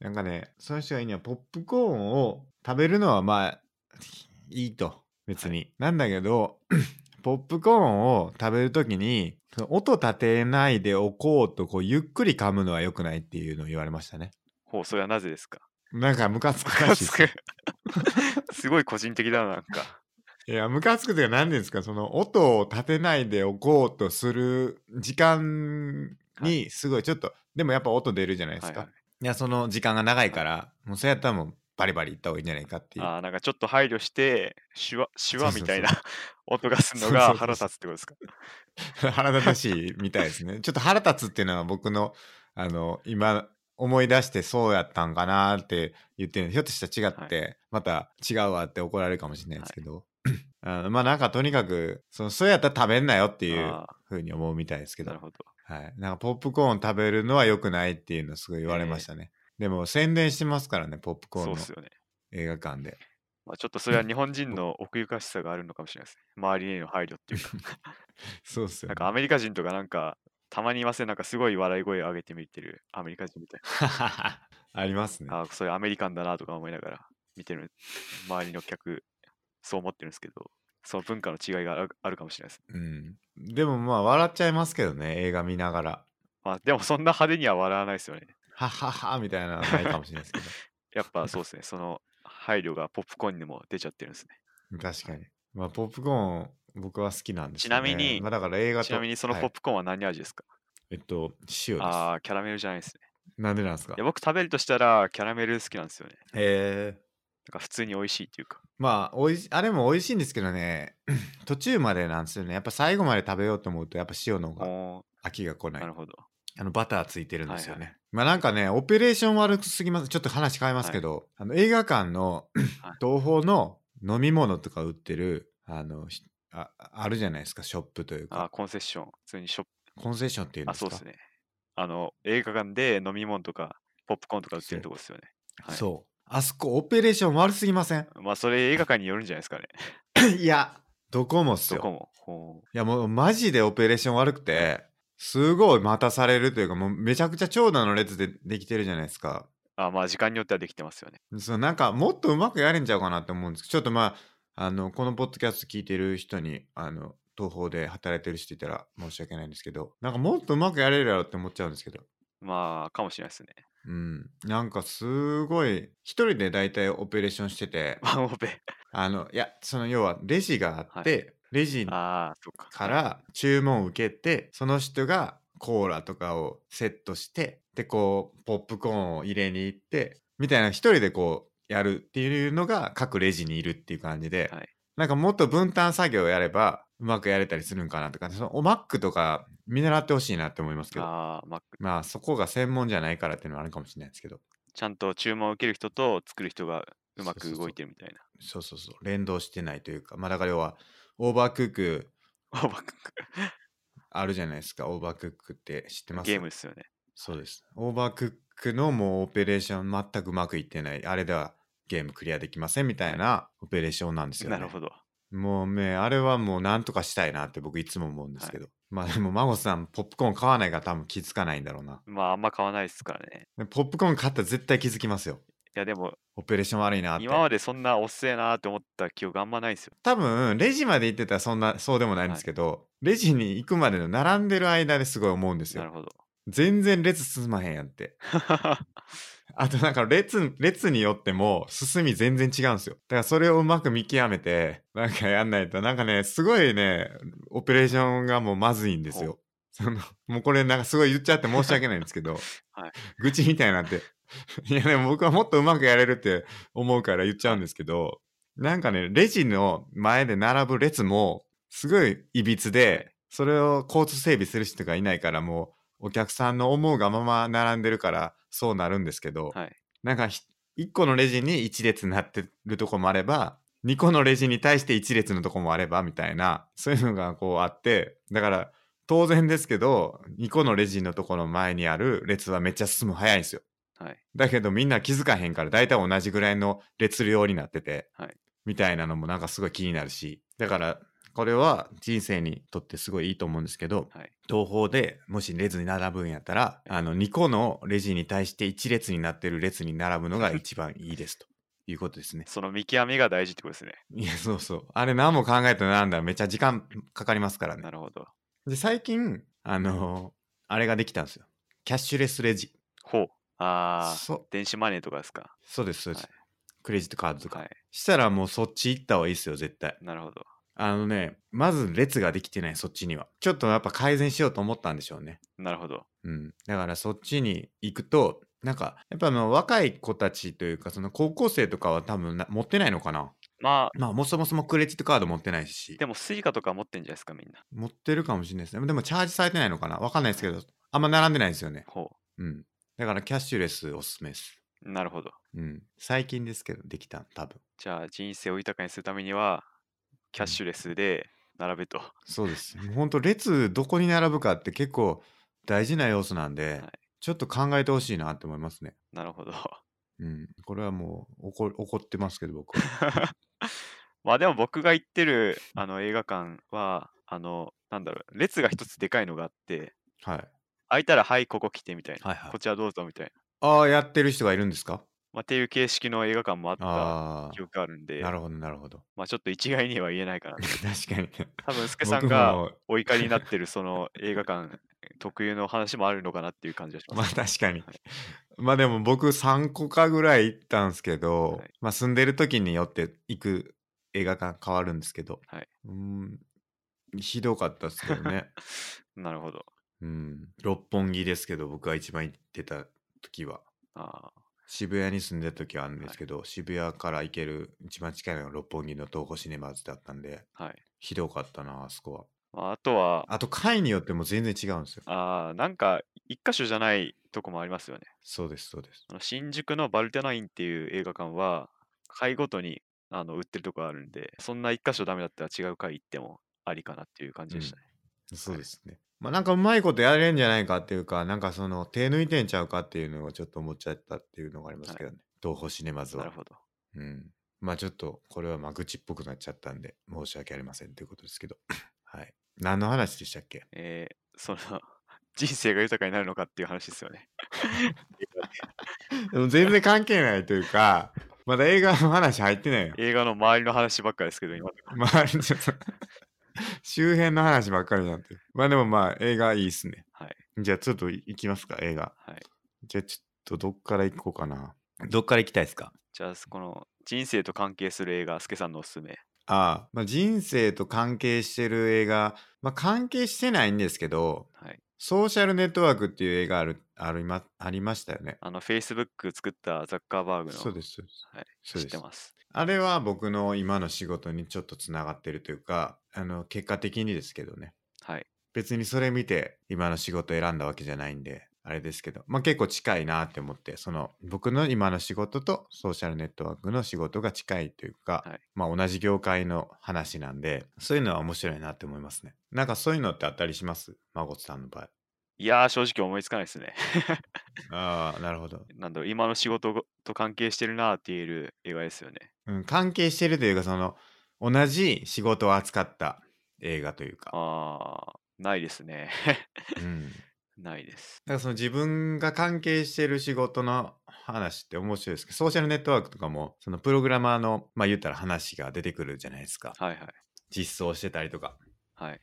A: なんかねその人が言うにはポップコーンを食べるのはまあいいと別に、なんだけど ポップコーンを食べるときにその音立てないでおこうとこうゆっくり噛むのは良くないっていうのを言われましたね
B: ほう、それはなぜですか。
A: なんかムカつく
B: ムカ
A: らしい
B: つ
A: です
B: く すごい個人的だな、なんか。
A: いや、ムカつくというか何ですか、その音を立てないでおこうとする時間に、すごいちょっと、でもやっぱ音出るじゃないで
B: は
A: す
B: い
A: か。
B: はい
A: い、や、その時間が長いから、もうそうやったらもうバリバリいった方がいいんじゃないかっていう。
B: あーなんかちょっと配慮して、シュワシュワみたいな
A: そ
B: 音がする
A: そ
B: の
A: うそう
B: が
A: そう
B: 腹立つってことですか。
A: 腹立たしいみたいです ね。ちょっと腹立つっていうのは僕の、あの、今、思い出してそうやったんかなーって言ってるひょっとしたら違って、また違うわって怒られるかもしれないですけど、 あのまあなんかとにかくそのそうやったら食べんなよっていう
B: あ
A: ふうに思うみたいですけ
B: ー
A: ど
B: なるほど。
A: はい。なんかポップコーン食べるのは良くないっていうのすごい言われましたね。でも宣伝してますからね、ポップコー
B: そ
A: ン
B: うっ
A: の
B: すよね。
A: 映画館で。
B: まあ、ちょっとそれは日本人の奥ゆかしさがあるのかもしれないですね。周りへの配慮っていう か。
A: そうっすよ
B: なん
A: ね。
B: かアメリカ人とかなんか、たまにいません、なんかすごい笑い声を上げてみてるアメリカ人みたい
A: ありますね
B: な。。あーそれアメリカンだなとか思いながら見てる周りの客、そう思ってるんですけど、その文化の違いがあるあるかもしれないです。
A: うん。でもまあ笑っちゃいますけどね、映画見ながら。
B: まあでもそんな派手には笑わないですよね。
A: はっはっはみたいなのはないかもしれない ですけ
B: やっぱそうですね、その配慮がポップコーンにも出ちゃってるんですね。
A: ど。確かに。まあポップコーン僕は好きなんですよね、
B: ちなみに
A: まあだから映画と
B: ちなみにそのポッ
A: はい
B: プコーンは何味ですか、
A: えっと、塩で
B: ああ、キャラメルじゃないですね。
A: す。なんでなんですか
B: いや僕食べるとしたらキャラメル好きなんですよね。
A: えー、
B: なんか普通に美味しいっていうか。
A: まあ、おいしあれも美味しいんですけどね、 途中までなんですよね。やっぱ最後まで食べようと思うと、やっぱ塩の方が
B: お
A: 飽きが来
B: ー
A: ない
B: なる。ほど。
A: あの、バターついてるんですよね。
B: はい
A: まあなんかね、オペレーション悪すぎます。ちょっと話変えますけど、あの映画館の
B: はい
A: 東宝の飲み物とか売ってる、あの、ひああるじゃないですか、ショップという
B: あー
A: か、
B: コンセッション。普通にショップ。
A: コンセッションっていうん
B: あ、
A: です
B: そ
A: か
B: うですね。あの、映画館で飲み物とか、ポップコーンとか売ってるとこですよね。はい
A: そう。あそこオペレーション悪すぎません
B: まあそれ映画館によるんじゃないですか ね。
A: いや、どこもっす
B: ど
A: よ。
B: こも。ほ
A: いやもうマジでオペレーション悪くて、すごい待たされるというか、もうめちゃくちゃ長蛇の列でできてるじゃないですか。
B: うあまあ時間によってはできてますよね。
A: そうなんかもっとうまくやれんちゃうかなって思うんですけど、ちょっとまあ、あの、このポッドキャスト聞いてる人に、あの、東宝で働いてる人いたら申し訳ないんですけど、なんかもっとうまくやれるやろって思っちゃうんですけど。
B: まあ、かもしれないですね。
A: うん。なんかすごい、一人で大体オペレーションしてて、
B: ワンオペ。
A: あの、いや、その要はレジがあって、レジ
B: ああ、そうか。
A: から注文を受けて、その人がコーラとかをセットして、で、こう、ポップコーンを入れに行って、みたいな一人でこう、やるっていうのが各レジにいるっていう感じで、
B: はい
A: なんかもっと分担作業をやれば、うまくやれたりするんかなとか、そのおマックとか見習ってほしいなって思いますけど、
B: ああ、マック。
A: まあそこが専門じゃないからっていうのはあるかもしれないですけど、
B: ちゃんと注文を受ける人と作る人がうま
A: そうそう
B: く
A: そう
B: 動いてるみたいな。
A: そうそうそう、連動してないというか、まあだから要は、オーバークック
B: あマック
A: あるじゃないですか、オーバークックって知ってます
B: ゲームですよね。
A: そうです。オーバークックのもうオペレーション全くうまくいってない。あれではゲームクリアできませんみたいなオペレーションなんですよね。
B: なるほど。
A: もうね、あれはもうなんとかしたいなって僕いつも思うんですけど。まあでも、孫さん、ポップコーン買わないから多分気づかないんだろうな。
B: まあ、あんま買わないですからね。
A: でポップコーン買ったら絶対気づきますよ。
B: いや、でも、
A: オペレーション悪いなって。
B: 今までそんなおっせえなーって思った記憶あんまないんですよ。
A: 多分、レジまで行ってたらそんな、そうでもないんですけど、レジに行くまでの並んでる間ですごい思うんです
B: なる
A: よ。
B: ほど。
A: 全然列進まへんやんって。あとなんか列、列によっても進み全然違うんですよ。だからそれをうまく見極めて、なんかやんないと、なんかね、すごいね、オペレーションがもうまずいんですよ。その、もうこれなんかすごい言っちゃって申し訳ないんですけど、
B: はい
A: 愚痴みたいになって。いやでも僕はもっとうまくやれるって思うから言っちゃうんですけど、なんかね、レジの前で並ぶ列も、すごいいびつで、それを交通整備する人がいないから、もう、お客さんの思うがまま並んでるからそうなるんですけど、
B: はい
A: なんかひ1個のレジに1列になってるとこもあれば2個のレジに対して1列のとこもあればみたいなそういうのがこうあってだから当然ですけど2個のレジのとこの前にある列はめっちゃ進む早いんですよ
B: はい。
A: だけどみんな気づかへんから大体同じぐらいの列量になってて、
B: はい
A: みたいなのもなんかすごい気になるしだからこれは人生にとってすごいいいと思うんですけど、
B: はい
A: 東宝でもしレズに並ぶんやったらあの2個のレジに対して1列になってる列に並ぶのが一番いい ですということですね。
B: その見極めが大事ってことですね。
A: いやそうそうあれ何も考えて並んだらめっちゃ時間かかりますからね
B: な。るほど。
A: で最近あのあれができたんですよキャッシュレスレジ。
B: ほう。ああ、
A: そ
B: 電子マネーとかですか。
A: そうですそうです、
B: は
A: クレジットカードとか。
B: はい。
A: したらもうそっち行った方がいいですよ絶対
B: なるほど。
A: あのねまず列ができてないそっちにはちょっとやっぱ改善しようと思ったんでしょうね
B: なるほど。
A: うんだからそっちに行くとなんかやっぱあの若い子たちというかその高校生とかは多分な持ってないのかな
B: まあ、
A: まあもそもそもクレジットカード持ってないし
B: でもスイカとか持ってんじゃないですか、みんな。
A: 持ってるかもしれないですねでもチャージされてないのかなわかんないですけどあんま並んでないですよね
B: ほ
A: うんだからキャッシュレスおすすめです
B: う。なるほど。
A: うん最近ですけどできた多分
B: じゃあ人生を豊かにするためには、キャッシュレスで並べと。
A: そうです。本当列どこに並ぶかって結構大事な要素なんで、
B: はい
A: ちょっと考えてほしいなって思いますね。
B: なるほど。
A: うん、これはもう怒怒ってますけど僕は。
B: まあでも僕が行ってるあの映画館は、あの、なんだろう、列が一つでかいのがあって、
A: はい、
B: 空いたらはい、ここ来てみたいな。
A: はいはい
B: こちらどうぞみたいな。
A: ああやってる人がいるんですか
B: まあ、っていう形式の映画館もあった
A: あ
B: 記憶があるん
A: あ
B: で、
A: なるほどなるほど。
B: まあちょっと一概には言えないかな。
A: 確かに ね。
B: 多分、スケさん
A: 僕
B: が
A: も
B: お怒りになってるその映画館特有の話もあるのかなっていう感じがし
A: ま
B: ま
A: あ確
B: す。
A: かに。まあでも僕3個かぐらい行ったんですけど、
B: はい
A: まあ住んでる時によって行く映画館変わるんですけど、
B: はいう
A: ーんひどかったですけどね。
B: なるほど。
A: うん、六本木ですけど僕が一番行ってた時は
B: あー
A: 渋谷に住んでた時はあるんですけど、渋谷から行ける一番近いのが六本木の東宝シネマズだったんで
B: はい
A: ひどかったなあそこは
B: まあ、あとは、
A: あと階によっても全然違うんですよ
B: あーなんか一箇所じゃないとこもありますよね。
A: そうですそうです
B: あの新宿のバルテナインっていう映画館は、回ごとにあの売ってるとこあるんで、そんな一箇所ダメだったら違う回行ってもありかなっていう感じでしたね。
A: そうですね、まあなんかうまいことやれんじゃないかっていうかなんかその手抜いてんちゃうかっていうのをちょっと思っちゃったっていうのがありますけどね、東宝シネマズ
B: なる
A: は
B: ほど。
A: うんまあちょっとこれはまあ愚痴っぽくなっちゃったんで申し訳ありませんということですけど はい何の話でしたっけ
B: えーその 人生が豊かになるのかっていう話ですよね。
A: でも全然関係ないというか、まだ映画の話入ってないよ。
B: 映画の周りの話ばっかですけど、今のところ
A: 周りちょっと周辺の話ばっかりになってる。まあでもまあ映画いいっすね。
B: はい。
A: じゃあちょっと行きますか、映画。
B: はい。
A: じゃあちょっとどっから行こうかな。どっから行きたいですか
B: じゃあ、この人生と関係する映画、スケさんのおすすめ。
A: ああ、まあ人生と関係してる映画、まあ関係してないんですけど、
B: はい。
A: ソーシャルネットワークっていう映画ある、ありま、ありましたよね。
B: あの、Facebook 作ったザッカーバーグの。
A: そうです、そうです。
B: はい
A: そうで
B: 知って
A: す。
B: ます。
A: あれは僕の今の仕事にちょっとつながってるというか、あの、結果的にですけどね。
B: はい。
A: 別にそれ見て今の仕事選んだわけじゃないんで、あれですけど、まあ結構近いなって思って、その僕の今の仕事とソーシャルネットワークの仕事が近いというか、
B: はい
A: まあ同じ業界の話なんで、そういうのは面白いなって思いますね。なんかそういうのってあったりします孫さんの場合。
B: いやー、正直思いつかないですね。
A: ああ、なるほど。
B: なんだろう、今の仕事と関係してるなーって言える映画ですよね。
A: うん、関係してるというか、その同じ仕事を扱った映画というか、
B: あー、ないですね。
A: うん、
B: ないです。
A: だからその自分が関係してる仕事の話って面白いですけど、ソーシャルネットワークとかも、そのプログラマーの、まあ言ったら話が出てくるじゃないですか。
B: はいはい。
A: 実装してたりとか。だか
B: はい。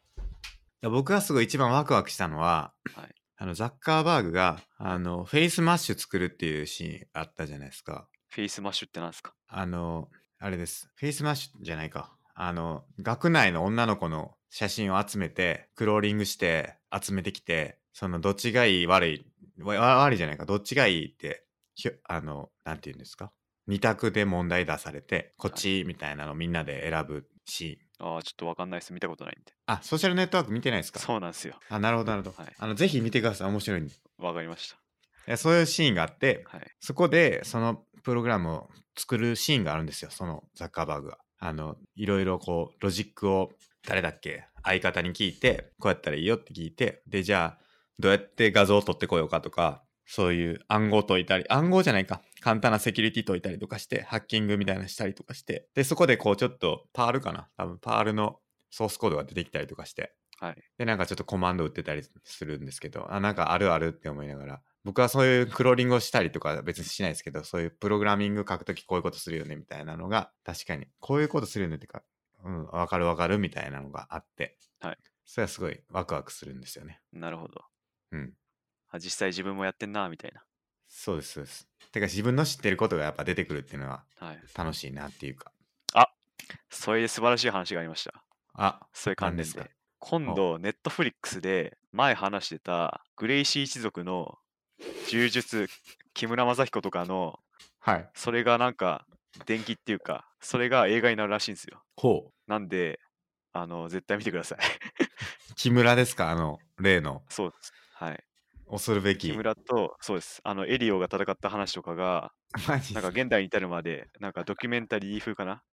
A: ら僕がすごい一番ワクワクしたのは、
B: はい
A: あの、ザッカーバーグが、あの、フェイスマッシュ作るっていうシーンあったじゃないですか。
B: フェイスマッシュってなんですか
A: あの、あれです。フェイスマッシュじゃないか。あの、学内の女の子の写真を集めて、クローリングして、集めてきて、その、どっちがいい、悪い、わわ悪いじゃないか、どっちがいいって、ひょあの、なんて言うんですか。二択で問題出されて、こっちみたいなのみんなで選ぶシーン。
B: あー、ちょっとわかんないです。見たことないんで。
A: あ、ソーシャルネットワーク見てないですか
B: そうなんですよ。
A: あ、なるほど、なるほど。
B: はい
A: あの、ぜひ見てください。面白いんで。
B: わかりました。
A: えそういうシーンがあって、
B: はい。
A: そこで、そのプログラムを作るシーンがあるんですよ、そのザッカーバーグが。あの、いろいろこう、ロジックを誰だっけ相方に聞いて、こうやったらいいよって聞いて、で、じゃあ、どうやって画像を取ってこようかとか、そういう暗号解いたり、暗号じゃないか。簡単なセキュリティ解いたりとかして、ハッキングみたいなのしたりとかして、で、そこでこうちょっと、パールかな多分、パールのソースコードが出てきたりとかして、
B: はい。
A: で、なんかちょっとコマンド打ってたりするんですけど、あ、なんかあるあるって思いながら、僕はそういうクローリングをしたりとか別にしないですけど、そういうプログラミング書くときこういうことするよねみたいなのが、確かに、こういうことするよねってか、うん、わかるわかるみたいなのがあって、
B: はい。
A: それはすごいワクワクするんですよね。
B: なるほど。
A: うん。
B: あ実際自分もやってんなーみたいな。
A: そうです、そうです。てか自分の知ってることがやっぱ出てくるっていうのは
B: はい。
A: 楽しいなっていうか。
B: それで素晴らしい話がありました。
A: あ、
B: そういう関連
A: 何です
B: で
A: か。
B: 今度、ネットフリックスで前話してたグレイシー一族の柔術、木村正彦とかの、
A: はい。
B: それがなんか、電気っていうか、それが映画になるらしいんですよ。
A: ほう。
B: なんで、あの、絶対見てください。
A: 木村ですかあの、例の、
B: そうです。はい。
A: 恐るべき。
B: 木村と、そうです。あの、エリオが戦った話とかが、
A: マジ
B: なんか現代に至るまで、なんかドキュメンタリー風かな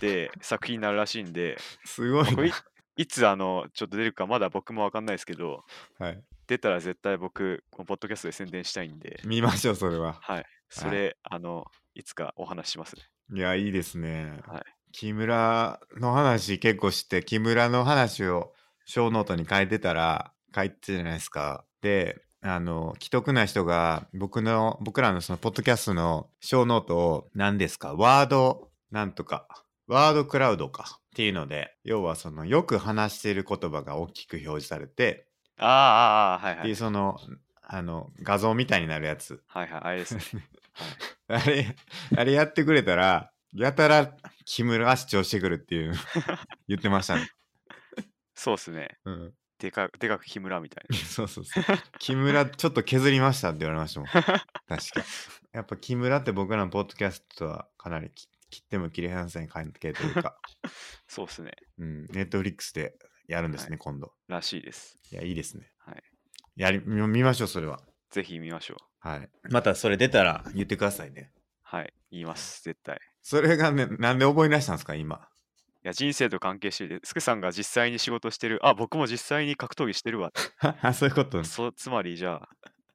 B: で、作品になるらしいんで、
A: すご
B: まあ
A: い
B: これい
A: な。
B: いつあの、ちょっと出るかまだ僕もわかんないですけど、
A: はい。
B: 出たら絶対僕、このポッドキャストで宣伝したいんで、
A: 見ましょう、それは。
B: はい。それ、あの、いつかお話ししますね。
A: いや、いいですね。
B: はい
A: 木村の話結構して、木村の話を小ノートに書いてたら、書いてたじゃないですか。で、あの、既得な人が、僕の、僕らのその、ポッドキャストの小ノートを、何ですか、ワード、なんとか、ワードクラウドか。っていうので、要はその、よく話している言葉が大きく表示されて、
B: ああ、ああ、はいは
A: で、
B: い。
A: その、あの、画像みたいになるやつ。
B: はいはい、あれですね。
A: あれ、 あれやってくれたら、やたら木村が主張してくるっていう 言ってましたね。
B: そうですね。
A: うん。
B: でかでかく木村みたい
A: そうそう そう。木村ちょっと削りましたって言われましたもん。確か。やっぱ木村って僕らのポッドキャストとはかなりき切っても切れ離せない関係という か、
B: な。そうですね。
A: うん。ネットフリックスでやるんですね、今度。
B: らしいです。
A: いや、いいですね。
B: はい。
A: やり、見見ましょう、それは。
B: ぜひ見ましょう。
A: はい。またそれ出たら言ってくださいね。
B: はい。言います、絶対。い
A: それがね、なんで覚え出したんですか、今。
B: や、人生と関係してて、スケさんが実際に仕事してる、あ、僕も実際に格闘技してるわ。
A: そういうことね
B: そつまり、じゃあ、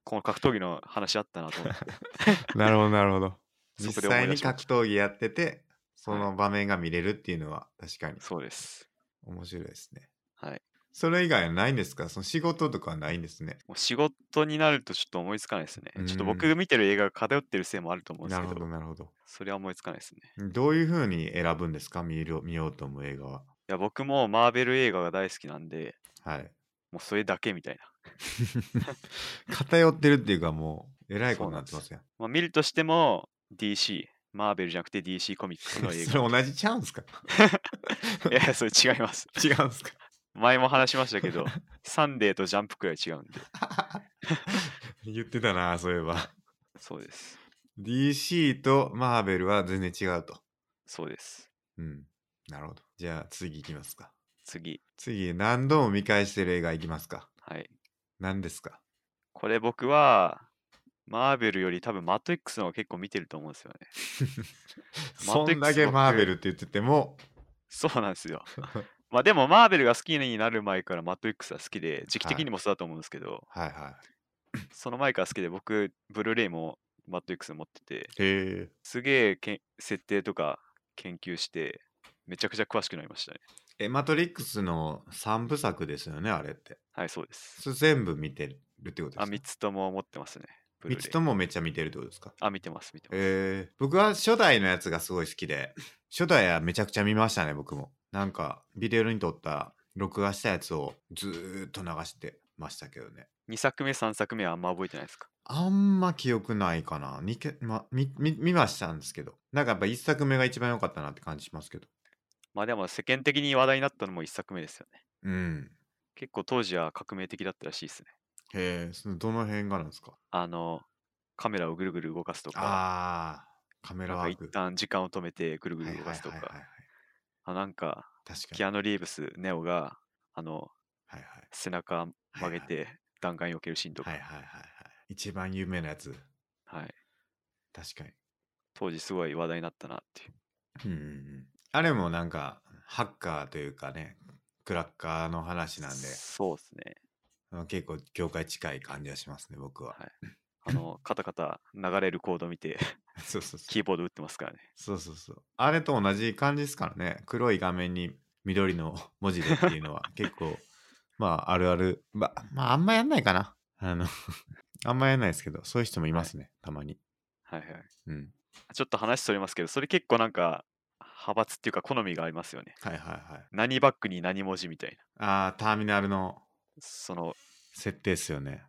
B: この格闘技の話あったなと思って。
A: なるほど、なるほど。
B: そこ
A: 実
B: で思い
A: 際
B: 出
A: に
B: しま
A: 格
B: し
A: 闘技やってて、その場面が見れるっていうのは確かに
B: そうです。
A: 面白いですね。
B: はい。
A: それ以外はないんですかその仕事とかはないんですね。
B: もう仕事になるとちょっと思いつかないですね。ちょっと僕見てる映画が偏ってるせいもあると思うんです
A: な
B: け
A: る
B: ど、
A: ほど、なるほど。
B: それは思いつかないですね。
A: どういうふうに選ぶんですか見る見ようと思う映画は。
B: や、僕もマーベル映画が大好きなんで、
A: はい。
B: もうそれだけみたいな。
A: 偏ってるっていうかもう、えらいことになってますよ。
B: まあ、見るとしても DC、マーベルじゃなくて DC コミックスの 映
A: それ同じちゃうんすか
B: 画。いや、それ 違います。
A: 違うんすか
B: 前も話しましたけど、サンデーとジャンプくらい違うんで。
A: 言ってたな、そういえば。
B: そうです。
A: DC とマーベルは全然違うと。
B: そうです。
A: うん。なるほど。じゃあ次いきますか。
B: 次。
A: 次、何度も見返してる映画いきますか。
B: はい。
A: 何ですか
B: これ僕は、マーベルより多分マトリックスの方が結構見てると思うんですよね。
A: そんだけマーベルって言ってても、
B: そうなんです よ。まあでもマーベルが好きになる前からマトリックスは好きで、時期的
A: はい
B: にもそうだと思うんですけど、
A: はいは
B: その前から好きで僕、ブルーレイもマトリックス持ってて、
A: い。へえ。
B: すげえけん設定とか研究して、めちゃくちゃ詳しくなりましたね。
A: え、マトリックスの3部作ですよね、あれって。
B: はい、そうです。
A: それ全部見てるってことですか
B: あ、3つとも持ってますね。ブル
A: 三
B: ーレ
A: つ
B: イ
A: ともめっちゃ見てるってことですか
B: あ、見てます、見てます。
A: えー、僕は初代のやつがすごい好きで初代はめちゃくちゃ見ましたね僕もなんかビデオに撮った録画したやつをずーっと流してましたけどね
B: 2作目、3作目はあんま覚えてないですか
A: あんま記憶ないかなにけ、ま、みみ見ましたんですけどなんかやっぱ一作目が一番良かったなって感じしますけど
B: まあでも世間的に話題になったのも1作目ですよね。
A: うん
B: 結構当時は革命的だったらしいですね。
A: へえそのどの辺がなんですか
B: あの、カメラをぐるぐる動かすとか、
A: あーカメラ
B: なん
A: ワ
B: か
A: ー
B: 一
A: ク
B: 旦時間を止めてぐるぐ
A: はい
B: る
A: はい
B: 動
A: は
B: か
A: い
B: すと
A: はいはい
B: か、あなんか、
A: 確かに
B: キアヌ・リーブス、ネオが、あの、
A: はいはい
B: 背中曲げ
A: はい
B: て弾丸避けるシーンとか、
A: はいはいはいはい一番有名なやつ
B: はい
A: 確かに
B: 当時すごい話題になったなっていう。
A: うんうんうんあれもなんかハッカーというかねクラッカーの話なんで
B: そうですね。
A: うん結構業界近い感じがしますね僕は、
B: はあの、カタカタ流れるコード 見て、
A: そうそうそう
B: キーボード打ってますからね。
A: そうそうそうあれと同じ感じですからね黒い画面に緑の 文字でっていうのは結構まああるあるままああんまやんないかなあの あんまやんないですけどそういう人もいますね、たまに
B: はいはい。
A: うん
B: ちょっと話それますけど、それ結構なんか、派閥っていうか好みがありますよね。
A: はいはいはい
B: 何バックに何文字みたいな。
A: あーターミナルの
B: その、
A: 設定ですよね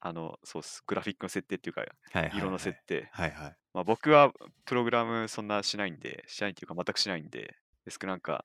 B: あの、そうっす。グラフィックの設定っていうか、
A: はいはいはい
B: 色の設定。
A: はいはい
B: まあ僕はプログラムそんなしないんで、しないっていうか全くしないんで、ですけどなんか、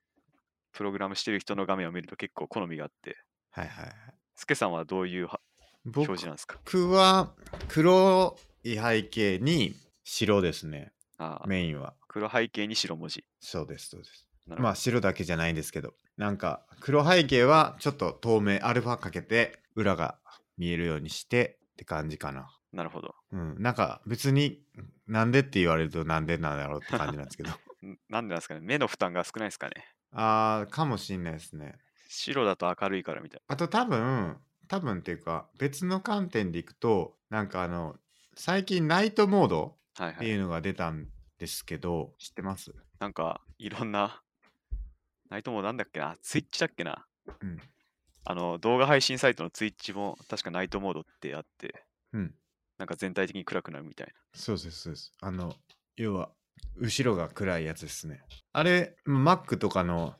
B: プログラムしてる人の画面を見ると結構好みがあって、
A: はいはいはい
B: スケさんはどういうは表
A: 僕
B: 示なんですか
A: 僕は黒い背景に白ですね
B: ああ
A: メインは
B: 黒背景に白文字。
A: そうですそうです
B: なるほど
A: まあ白だけじゃないんですけどなんか黒背景はちょっと透明アルファかけて裏が見えるようにしてって感じかな
B: なるほど。
A: うんなんか別になんでって言われるとなんでなんだろうって感じなんですけど
B: んなんでなんですかね目の負担が少ないですかね
A: あーかもしんないですね
B: 白だと明るいからみたい
A: あと多分多分っていうか別の観点でいくとなんかあの最近ナイトモード
B: な。は
A: っ
B: いは
A: て
B: い。
A: いうのが出たんですけど、知ってます
B: なんかいろんな、ナイトもなんだっけなツイッチだっけな
A: うん
B: あの動画配信サイトのツイッチも確かナイトモードってあって、
A: うん
B: なんか全体的に暗くなるみたいな。
A: そうですそうですあの要は後ろが暗いやつですねあれ Mac とかの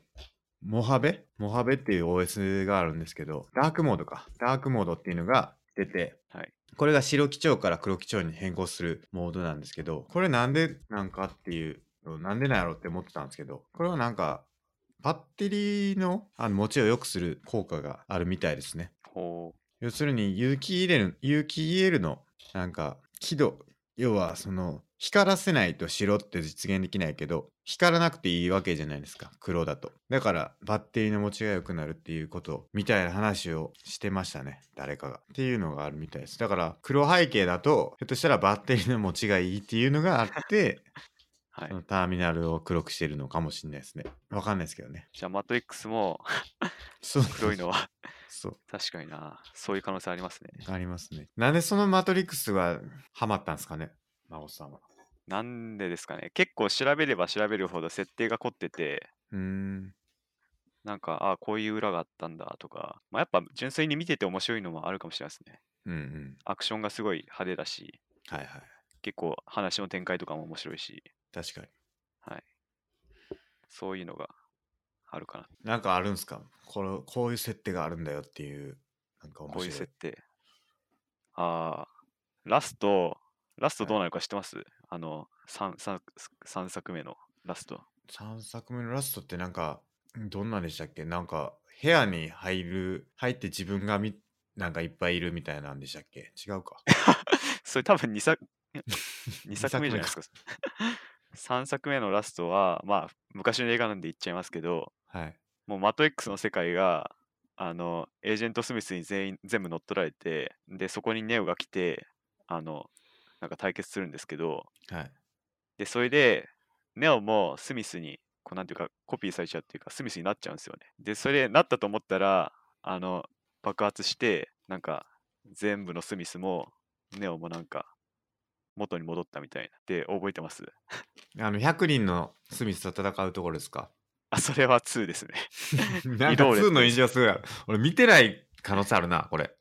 A: モハベモハベっていう OS があるんですけどダークモードかダークモードっていうのが出て、
B: はい
A: これが白基調から黒基調に変更するモードなんですけどこれなんでなんかっていうのなんでなんやろって思ってたんですけどこれはなんかバッテリーのあの持ちを良くする効果があるみたいですね
B: ほ
A: 要するに有機 EL 有機 EL のなんか輝度要はその光らせないと白って実現できないけど光らなくていいわけじゃないですか黒だとだからバッテリーの持ちが良くなるっていうことみたいな話をしてましたね誰かがっていうのがあるみたいですだから黒背景だとひょっとしたらバッテリーの持ちがいいっていうのがあって
B: う。はい
A: そ。のターミナルを黒くしてるのかもしれないですねわかんないですけどね
B: じゃあマトリックスも
A: そう
B: 黒いのは
A: そう
B: 確かにな。そういう可能性ありますね。
A: ありますねなんでそのマトリックスがハマったんですかね真帆さんは
B: なんでですかね結構調べれば調べるほど設定が凝ってて、
A: うーん。
B: なんか、ああ、こういう裏があったんだとか、まあ、やっぱ純粋に見てて面白いのもあるかもしれないですね。
A: うんうん。
B: アクションがすごい派手だし、
A: はいはい。
B: 結構話の展開とかも面白いし、
A: 確かに。
B: そういうのがあるかな。
A: なんかあるんすかこのこういう設定があるんだよっていう、なんか面
B: こう
A: 白
B: い
A: い。
B: う設定。ああ、ラスト、ラストどうなるか知ってます、あの3、三三作目のラスト。
A: 3作目のラストってなんか、どんなんでしたっけなんか、部屋に入る、入って自分がみ、なんかいっぱいいるみたいなんでしたっけ違うか。
B: それ多分2作 二作目じゃない
A: 二作
B: ですか。3作目のラストは、まあ、昔の映画なんで言っちゃいますけど、
A: はい。
B: もうマトリックスの世界が、あの、エージェント・スミスに全員、全部乗っ取られて、で、そこにネオが来て、あの、なんか対決するんですけど、
A: はい。
B: で、それで、ネオもスミスに、こう、なんていうか、コピーされちゃうっていうか、スミスになっちゃうんですよね。で、それなったと思ったら、あの、爆発して、なんか、全部のスミスも、ネオもなんか、元に戻ったみたいな。で、覚えてます
A: あの、100人のスミスと戦うところです か
B: あ、それは2ですね。
A: なんか
B: 移動列
A: 2の印象すごいある。俺見てない可能性あるな、これ。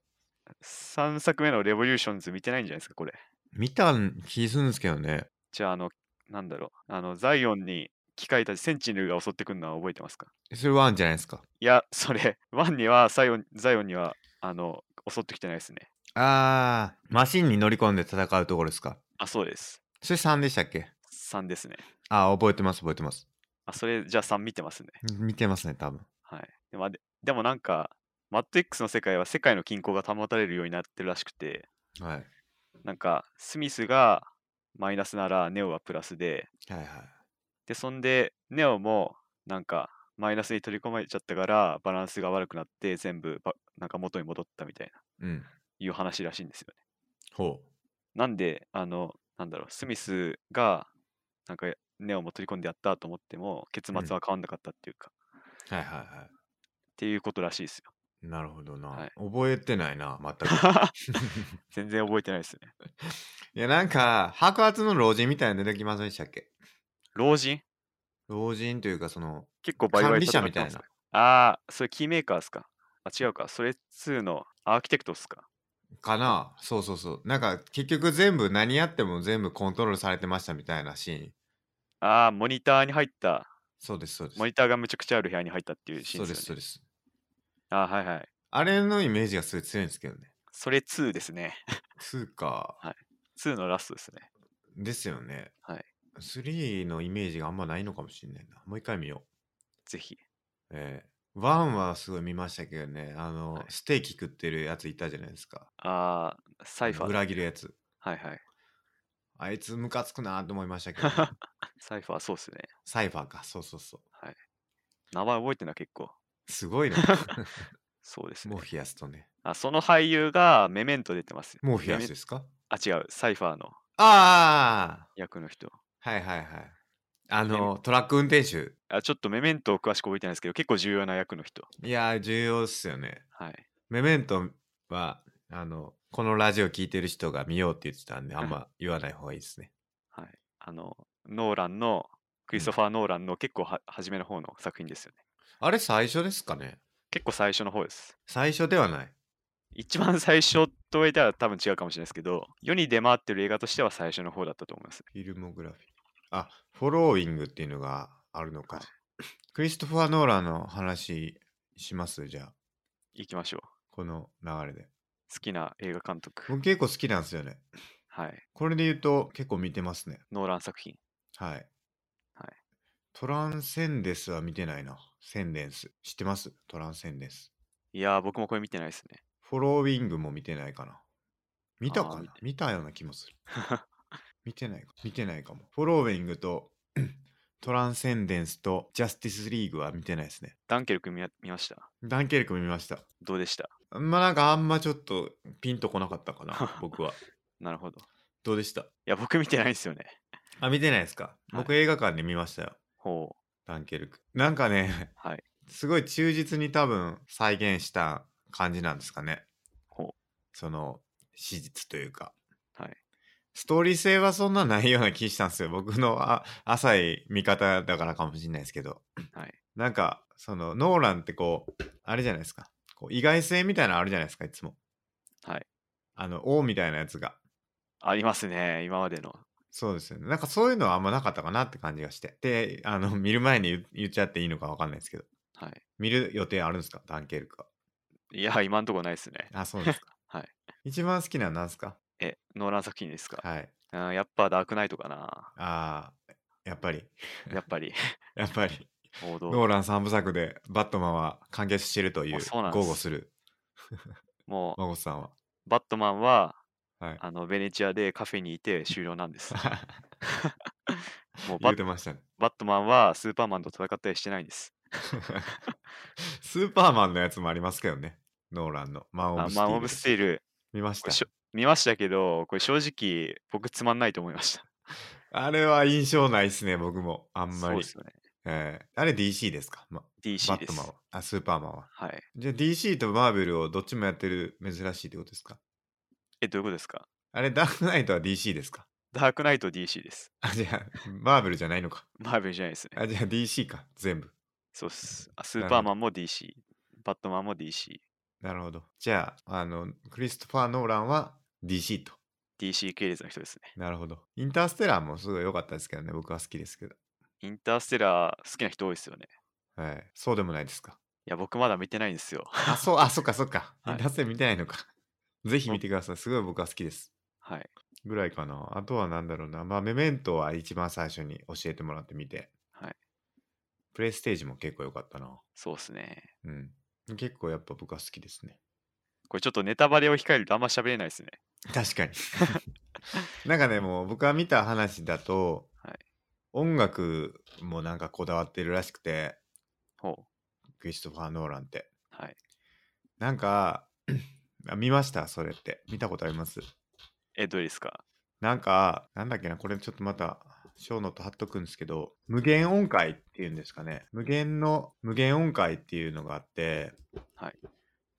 B: 3作目のレボリューションズ見てないんじゃないですか、これ。
A: 見た気するんですけどね。
B: じゃあ、あの、なんだろう、あの、ザイオンに機械たち、センチネルが襲ってくるのは覚えてますか
A: それ1じゃないですか。
B: いや、それ、 ワンには、ザイオン、ザイオンには、あの、襲ってきてないですね。
A: あー、マシンに乗り込んで戦うところですか。
B: あ、そうです。
A: それ3でしたっけ
B: 3ですね。
A: あー、覚えてます、覚えてます。
B: あ、それ、じゃあ3見てますね。
A: 見てますね、多分。
B: はい。でまあででもなんか、マット X の世界は世界の均衡が保たれるようになってるらしくて、
A: はい。
B: なんか、スミスがマイナスなら、ネオはプラスで、
A: はいはい。
B: で、そんで、ネオも、なんか、マイナスに取り込まれちゃったから、バランスが悪くなって、全部ば、なんか元に戻ったみたいな、
A: うん。
B: いう話らしいんですよね。
A: ほ
B: なんで、あの、なんだろう、スミスが、なんか、ネオも取り込んでやったと思っても、結末
A: うん
B: は変わんなかったっていうか、
A: う。はいはいは
B: っていうことらしいですよ。
A: い。なるほどな。
B: はい
A: 覚えてないな、全く。
B: 全然覚えてないですね。
A: いや、なんか、白髪の老人みたいなの出てきませんでしたっけ
B: 老人
A: 老人というか、その、
B: 結構バイバイ
A: 管理者
B: 戦って
A: みたい
B: ます
A: な
B: ね。ああ、それキーメーカーっすかあ、違うか。それ2のアーキテクトっすか
A: かなそうそうそう。なんか、結局全部、何やっても全部コントロールされてましたみたいなシーン。
B: ああ、モニターに入った、
A: そうです、そうです。
B: モニターがむちゃくちゃある部屋に入ったっていうシー
A: そ
B: ン
A: うで、
B: ですす
A: そう
B: よね。
A: です。
B: あーはいはい。
A: あれのイメージがすごい強いんですけどね。
B: それ2ですね。
A: 2か。
B: 2のラストですね。
A: ですよね。
B: はい。
A: 3のイメージがあんまないのかもしれないな。もう一回見よう。
B: ぜひ。
A: ええ1はすごい見ましたけどね、あの、
B: はい
A: ステーキ食ってるやついたじゃないですか。
B: ああ、サイファーだ。
A: 裏切るやつ。
B: はいはい。
A: あいつムカつくなと思いましたけどね、
B: サイファーそうっすね。
A: サイファーか、そうそうそ
B: 名前覚えてるな、結構。
A: う。す ごいな。
B: そうですね
A: モ。フィアスとね。
B: あ、その俳優がメメント出てますよ。
A: モフィア
B: メ
A: ス
B: メ
A: ですか
B: あ、違う。サイファーの
A: あ
B: 役の人。
A: あはいはいはい。あの、トラック運転手。
B: あ、ちょっとメメントを詳しく覚えてないですけど、結構重要な役の人。
A: いやー、重要っすよね。
B: はい。
A: メメントは、あの、このラジオ聞いてる人が見ようって言ってたんで、あんま言わない方がいいですね。
B: はい。あの、ノーランの、クリストファー・ノーランの結構は初めの方の作品ですよね。
A: あれ最初ですかね
B: 結構最初の方です。
A: 最初ではない。
B: 一番最初と言ったら多分違うかもしれないですけど、世に出回ってる映画としては最初の方だったと思います。
A: フィルモグラフィー。あ、フォローイングっていうのがあるのか。クリストファー・ノーランの話しますじゃあ、
B: 行きましょう。
A: この流れで。
B: 好きな映画監督。
A: 僕結構好きなんですよね。
B: はい。
A: これで言うと結構見てますね。
B: ノーラン作品。
A: はい。
B: はい
A: トランセンデスは見てないな。センデンス。知ってますトランセンデス。
B: いやー、僕もこれ見てないですね。
A: フォローイングも見てないかな。見た
B: あ
A: か
B: ー
A: な
B: 見
A: 見
B: て
A: たような気も する。見てないか。見てないかも。フォローイングと トランセンデンスとジャスティスリーグは見てないですね。
B: ダンケルク見や見ました。
A: ダンケルク見ました。
B: どうでした
A: まあなんかあんまちょっとピンとこなかったかな僕 は
B: なるほど。い
A: どうでした
B: や、僕見てないんですよね。
A: あ見てないですか僕映画館で見ましたよ、
B: ほう。
A: ダンケルクなんかね、
B: はい
A: すごい忠実に多分再現した感じなんですかね
B: ほう
A: その史実というか
B: はい
A: ストーリー性はそんなないような気したんですよ 僕のあ浅い見方だからかもしれないですけど
B: はい。
A: なんかそのノーランってこうあれじゃないですかこう意外性みたいなのあるじゃないですかいつも
B: はい
A: あの王みたいなやつが
B: ありますね、今までの。
A: そうですよね。なんかそういうのはあんまなかったかなって感じがして。で、あの、見る前に言言っちゃっていいのかわかんないですけど。
B: は
A: 見る予定あるんですかダンケルクは。
B: い。いや、今んとこないですね。
A: あ、そうですか。
B: はい。
A: 一番好きなのは何ですか
B: え、ノーラン作品ですか、
A: はい。
B: うん、やっぱダークナイトかな。
A: ああ、やっぱり、
B: やっ ぱり
A: やっぱり、
B: 王道。
A: ノーラン三部作でバットマンは完結してるという、
B: あそうなんです
A: 豪語する、
B: もう、
A: 孫さんは。
B: バットマンは、
A: はい。
B: あの、ベネチアでカフェにいて終了なん です。もうバ
A: 言
B: ッ
A: う、てましたね。
B: バットマンはスーパーマンと戦ったりしてないんです。
A: スーパーマンのやつもありますけどね、ノーランの。マン・オ
B: あ
A: ブ・スティ
B: マ
A: ール。
B: ン・オブ・スティール、
A: 見まし
B: これ
A: た
B: し。ょ見ましたけど、これ正直、僕つまんないと思いました。
A: あれは印象ないですね、僕も。あんま
B: そう
A: り。
B: ですよね。
A: えーあれ DC ですか、ま
B: DC
A: バ
B: で
A: ッ
B: す
A: ト。マンは。あ、スーパーマンは。
B: はい。
A: じゃあ DC とマーベルをどっちもやってる珍しいってことですか
B: え、どういうことですか
A: あれ、ダークナイトは DC ですか
B: ダークナイト DC です。
A: あ、じゃあ、マーベルじゃないのか。
B: マーベルじゃないですね。
A: あ、じゃあ DC か、全部。
B: そうっす。あス
A: なる
B: ー
A: ほど
B: パーマンも DC、バットマンも DC、
A: なるほど。じゃあ、あの、クリストファー・ノーランは DC と。
B: DC 系列の人ですね。
A: なるほど。インターステラーもすごい良かったですけどね、僕は好きですけど。
B: インターステラー好きな人多いですよね。
A: はい。そうでもないですか。
B: いや、僕まだ見てないんですよ。
A: あ、そう、あ、そっかそっか。イ
B: はい
A: ンターステラー見てないのか。ぜひ見てください。すごい僕は好きです。
B: はい。
A: ぐらいかな。あとは何だろうな。まあ、メメントは一番最初に教えてもらってみて。
B: はい。
A: プレイステージも結構良かったな。
B: そうっすね。
A: うん。結構やっぱ僕は好きです ね。
B: これちょっとネタバレを控えるとあんま喋れないですね。
A: 確かに。なんかね、もう僕が見た話だと、
B: はい
A: 音楽もなんかこだわってるらしくて、
B: ほう。
A: クリストファー・ノーランって。
B: はい。
A: なんか、 あ見ましたそれって。見たことあります
B: え、どうですか
A: なんか、なんだっけな、これちょっとまた、ショーノート貼っとくんですけど、無限音階っていうんですかね。無限の、無限音階っていうのがあって、
B: はい。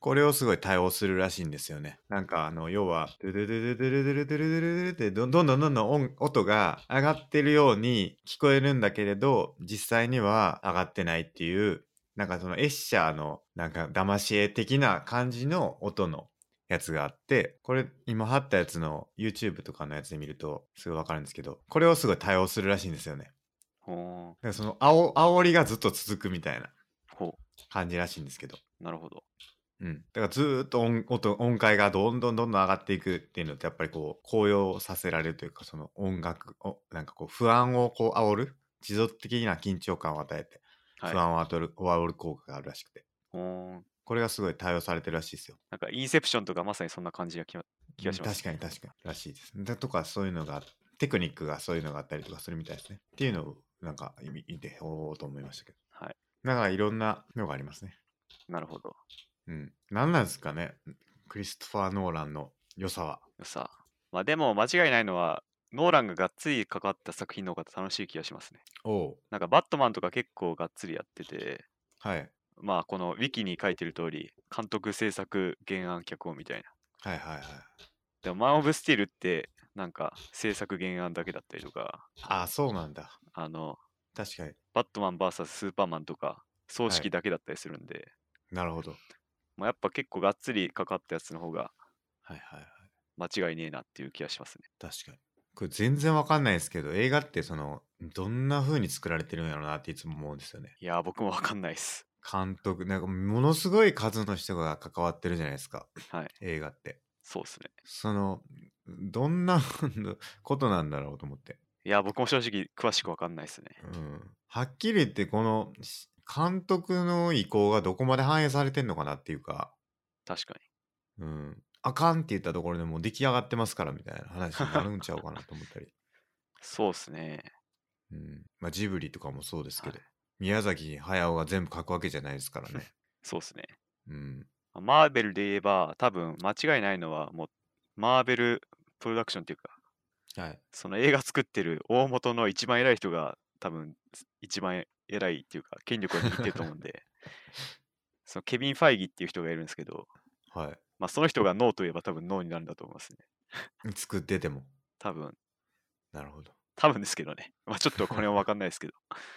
A: これをすごい対応するらしいんですよね。なんか、あの、要は、ドゥドゥドゥドゥドゥドゥドゥドゥドゥドゥドゥって、どどんどんどんどん音音が上がってるように聞こえるんだけれど、実際には上がってないっていう、なんかそのエッシャーの、なんか騙し絵的な感じの音のやつがあって、これ今貼ったやつの YouTube とかのやつで見るとすごいわかるんですけど、これをすごい対応するらしいんですよね。
B: ほ
A: だからその煽煽りがずっと続くみたいな
B: う。ほ
A: 感じらしいんですけど。
B: う。なるほど。
A: うん、だからずーっと音音音階がどんどんどんどん上がっていくっていうのってやっぱりこう高揚させられるというかその音楽をなんかこう不安をこう煽る持続的な緊張感を与えて
B: はい
A: 不。安をある、煽る効果があるらしくて
B: ほう。
A: これがすごい対応されてるらしいですよ
B: なんかインセプションとかまさにそんな感じがきま 気がします。
A: 確かに確かにらしいですだとかそういうのがテクニックがそういうのがあったりとかするみたいですねっていうのをなんか見見ておおと思いましたけど
B: はい
A: だからいろんなのがありますね
B: なるほど。
A: うん何なんですかねクリストファー・ノーランの良さは
B: さあ。まあでも間違いないのは、ノーランががっつり関わった作品の方が楽しい気がしますね。
A: おう
B: なんかバットマンとか結構がっつりやってて、
A: はい
B: まあこのウィキに書いてる通り、監督、制作、原案、脚本みたいな。
A: はいはいはい。
B: でもマン・オブ・スティールって、なんか制作原案だけだったりとか、
A: ああ、そうなんだ。
B: あの、
A: 確かに
B: バットマン VS スーパーマンとか、葬
A: はい
B: 式だけだったりするんで、
A: なるほど。
B: まあ、やっぱ結構がっつりかかったやつの方が
A: はいはいはい。
B: 間違いねえなっていう気がしますね。
A: 確かに。これ全然わかんないですけど、映画ってその、どんな風に作られてるんやろうなっていつも思うんですよね。
B: いやー、僕もわかんないっす。
A: 監督、なんかものすごい数の人が関わってるじゃないですか、
B: はい、
A: 映画って。
B: そうっすね。
A: その、どんな ことなんだろうと思って。
B: いやー、僕も正直詳しくわかんないっすね。
A: うん。はっきり言って、この、し監督の意向がどこまで反映されてんのかなっていうか、
B: 確かに。
A: うん。あかんって言ったところでもう出来上がってますからみたいな話になるんちゃうかなと思った り。
B: そうっすね。
A: うんまあ、ジブリとかもそうですけど、
B: はい
A: 宮崎駿が全部書くわけじゃないですからね。
B: そうっすね。
A: うん、
B: まあマーベルで言えば、多分間違いないのは、もう、マーベルプロダクションっていうか、
A: はい、
B: その映画作ってる大元の一番偉い人が、多分一番偉いっていうか、権力を握ってると思う んで、そのケビン・ファイギーっていう人がいるんですけど、
A: は
B: まあ、その人がノーといえば多分ノーになるんだと思いますね。
A: い。作ってても。
B: 多分
A: なるほど。
B: 多分ですけどね。 まあ、ちょっとこれも分かんないですけど。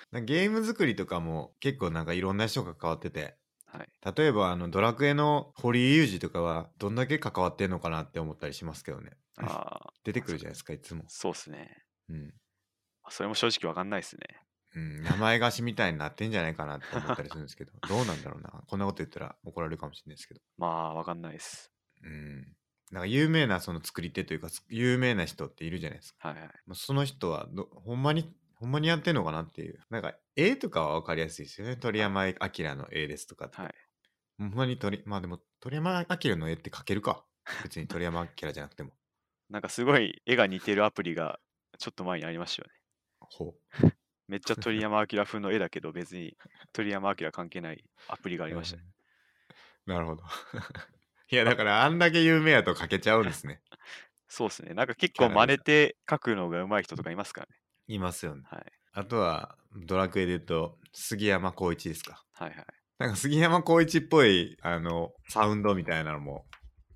A: なんかゲーム作りとかも結構なんかいろんな人が関わってて、
B: はい、
A: 例えばあのドラクエの堀井雄二とかはどんだけ関わってんのかなって思ったりしますけどね。
B: ああ、
A: 出てくるじゃないですか、いつも。
B: そうですね。
A: うん。
B: まあそれも正直分かんないですね。
A: うん、名前貸しみたいになってんじゃないかなって思ったりするんです けど、どうなんだろうな。こんなこと言ったら怒られるかもしれないですけど。
B: まあ、わかんないです。
A: うん。なんか有名なその作り手というか、有名な人っているじゃないですか。
B: はいはい。
A: まあその人はど、ほんまに、ほんまにやってんのかなっていう。なんか、絵とかはわかりやすいですよね。鳥山明の絵ですとかって。
B: はい
A: ほんまに鳥、まあでも、鳥山明の絵って描けるか。別に鳥山明じゃなくて も。
B: なんかすごい絵が似てるアプリがちょっと前にありましたよね。
A: ほ
B: めっちゃ鳥山明風の絵だけど別に鳥山明関係ないアプリ
A: う。
B: がありましたね。
A: うんなるほど。 いや、だから、あんだけ有名やと描けちゃうんですね。
B: そうですね。なんか結
A: キャラデ
B: 構
A: ザ
B: 真似て描くのが上手い人とかいますからね。
A: いますよね。
B: はい。
A: あとは、ドラクエで言うと、杉山浩一ですか。
B: はいはい。
A: なんか杉山浩一っぽい、あの、サウンドみたいなのも、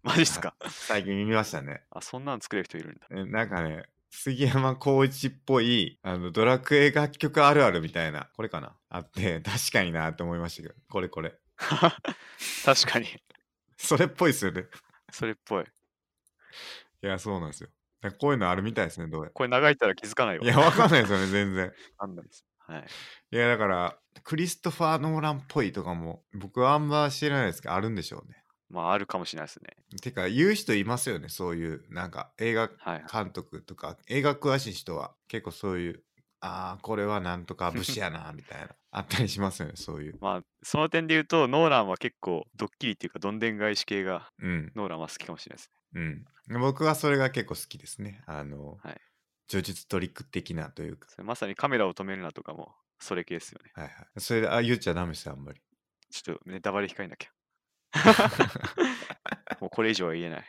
B: マジっすか
A: 最近見ましたね。
B: あ、そんなん作れる人いるんだ。
A: えなんかね、杉山浩一っぽい、あの、ドラクエ楽曲あるあるみたいな、これかなあって、 確かになって思いましたけど、これこれ。
B: 確かに。
A: それっぽいっすよね。
B: それっぽい。
A: いや、そうなんですよ。だからこういうのあるみたいですね、どうや。
B: これ長いったら気づかないわ。
A: いや、わかんないですよね、 全然。
B: わかんないです。はい。
A: いや、だから、クリストファー・ノーランっぽいとかも、僕はあんま知らないですけど、あるんでしょうね。
B: まああるかもしれないですね。
A: てか言う人いますよねそういうなんか映画
B: はいはい。
A: 監督とか映画詳しい人は結構そういうああこれはなんとか武士やなみたいなあったりしますよねそういう
B: まあその点で言うとノーランは結構ドッキリっていうかどんでん返し系が
A: うん
B: ノーランは好きかもしれないですね。
A: うん僕はそれが結構好きですねあの、
B: はい
A: 叙述トリック的なというか
B: それまさにカメラを止めるなとかもそれ系ですよね。
A: はいはいそれであ言っちゃダメですよあんまり
B: ちょっとネタバレ控えな きゃ。もうこれ以上は言えない。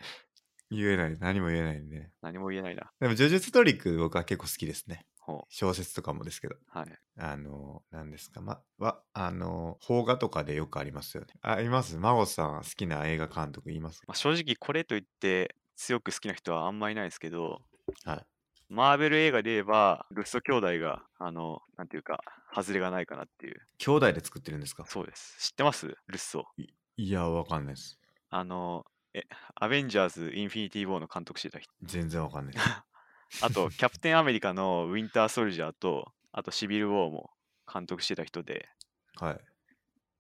A: 言えない何も言えないんで、ね、
B: 何も言えないな。
A: でも叙述トリック僕は結構好きですね
B: ほ
A: 小説とかもですけど
B: う。はい。
A: あの、何ですか、ま、は、あの、邦画とかでよくありますよね。あ、います孫さん、好きな映画監督います
B: まあ、正直これと言って強く好きな人はあんまりいないですけど、
A: はい。
B: マーベル映画で言えば、ルッソ兄弟が、あの、なんていうか、外れがないかなっていう。
A: 兄弟で作ってるんですか
B: そうです。知ってますルッソ。
A: いや、わかんないです。
B: あの、え、アベンジャーズ・インフィニティ・ウォーの監督してた人。
A: 全然わかんないです。
B: あと、キャプテン・アメリカのウィンター・ソルジャーと、あと、シビル・ウォーも監督してた人で、
A: はい。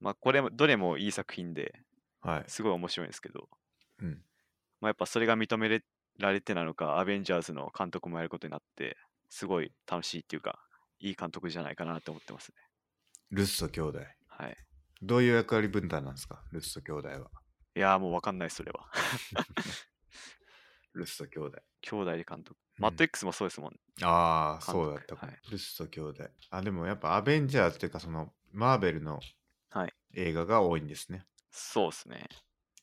B: まあ、これも、どれもいい作品で、
A: はい。
B: すごい面白いんですけど、
A: うん。
B: まあ、やっぱそれが認められてなのか、アベンジャーズの監督もやることになって、すごい楽しいっていうか、いい監督じゃないかなと思ってますね。
A: ルッソ兄弟。
B: はい。
A: どういう役割分担なんですかルッソ兄弟は。
B: いやーもうわかんない、それは。
A: ルッソ兄弟。
B: 兄弟で監督。マット X もそうですもんね。
A: ああ、そ
B: 監督
A: うだったかも、
B: はい
A: ルッソ兄弟。あ、でもやっぱアベンジャーズっていうか、その、マーベルの
B: はい
A: 映画が多いんですね。
B: そうですね。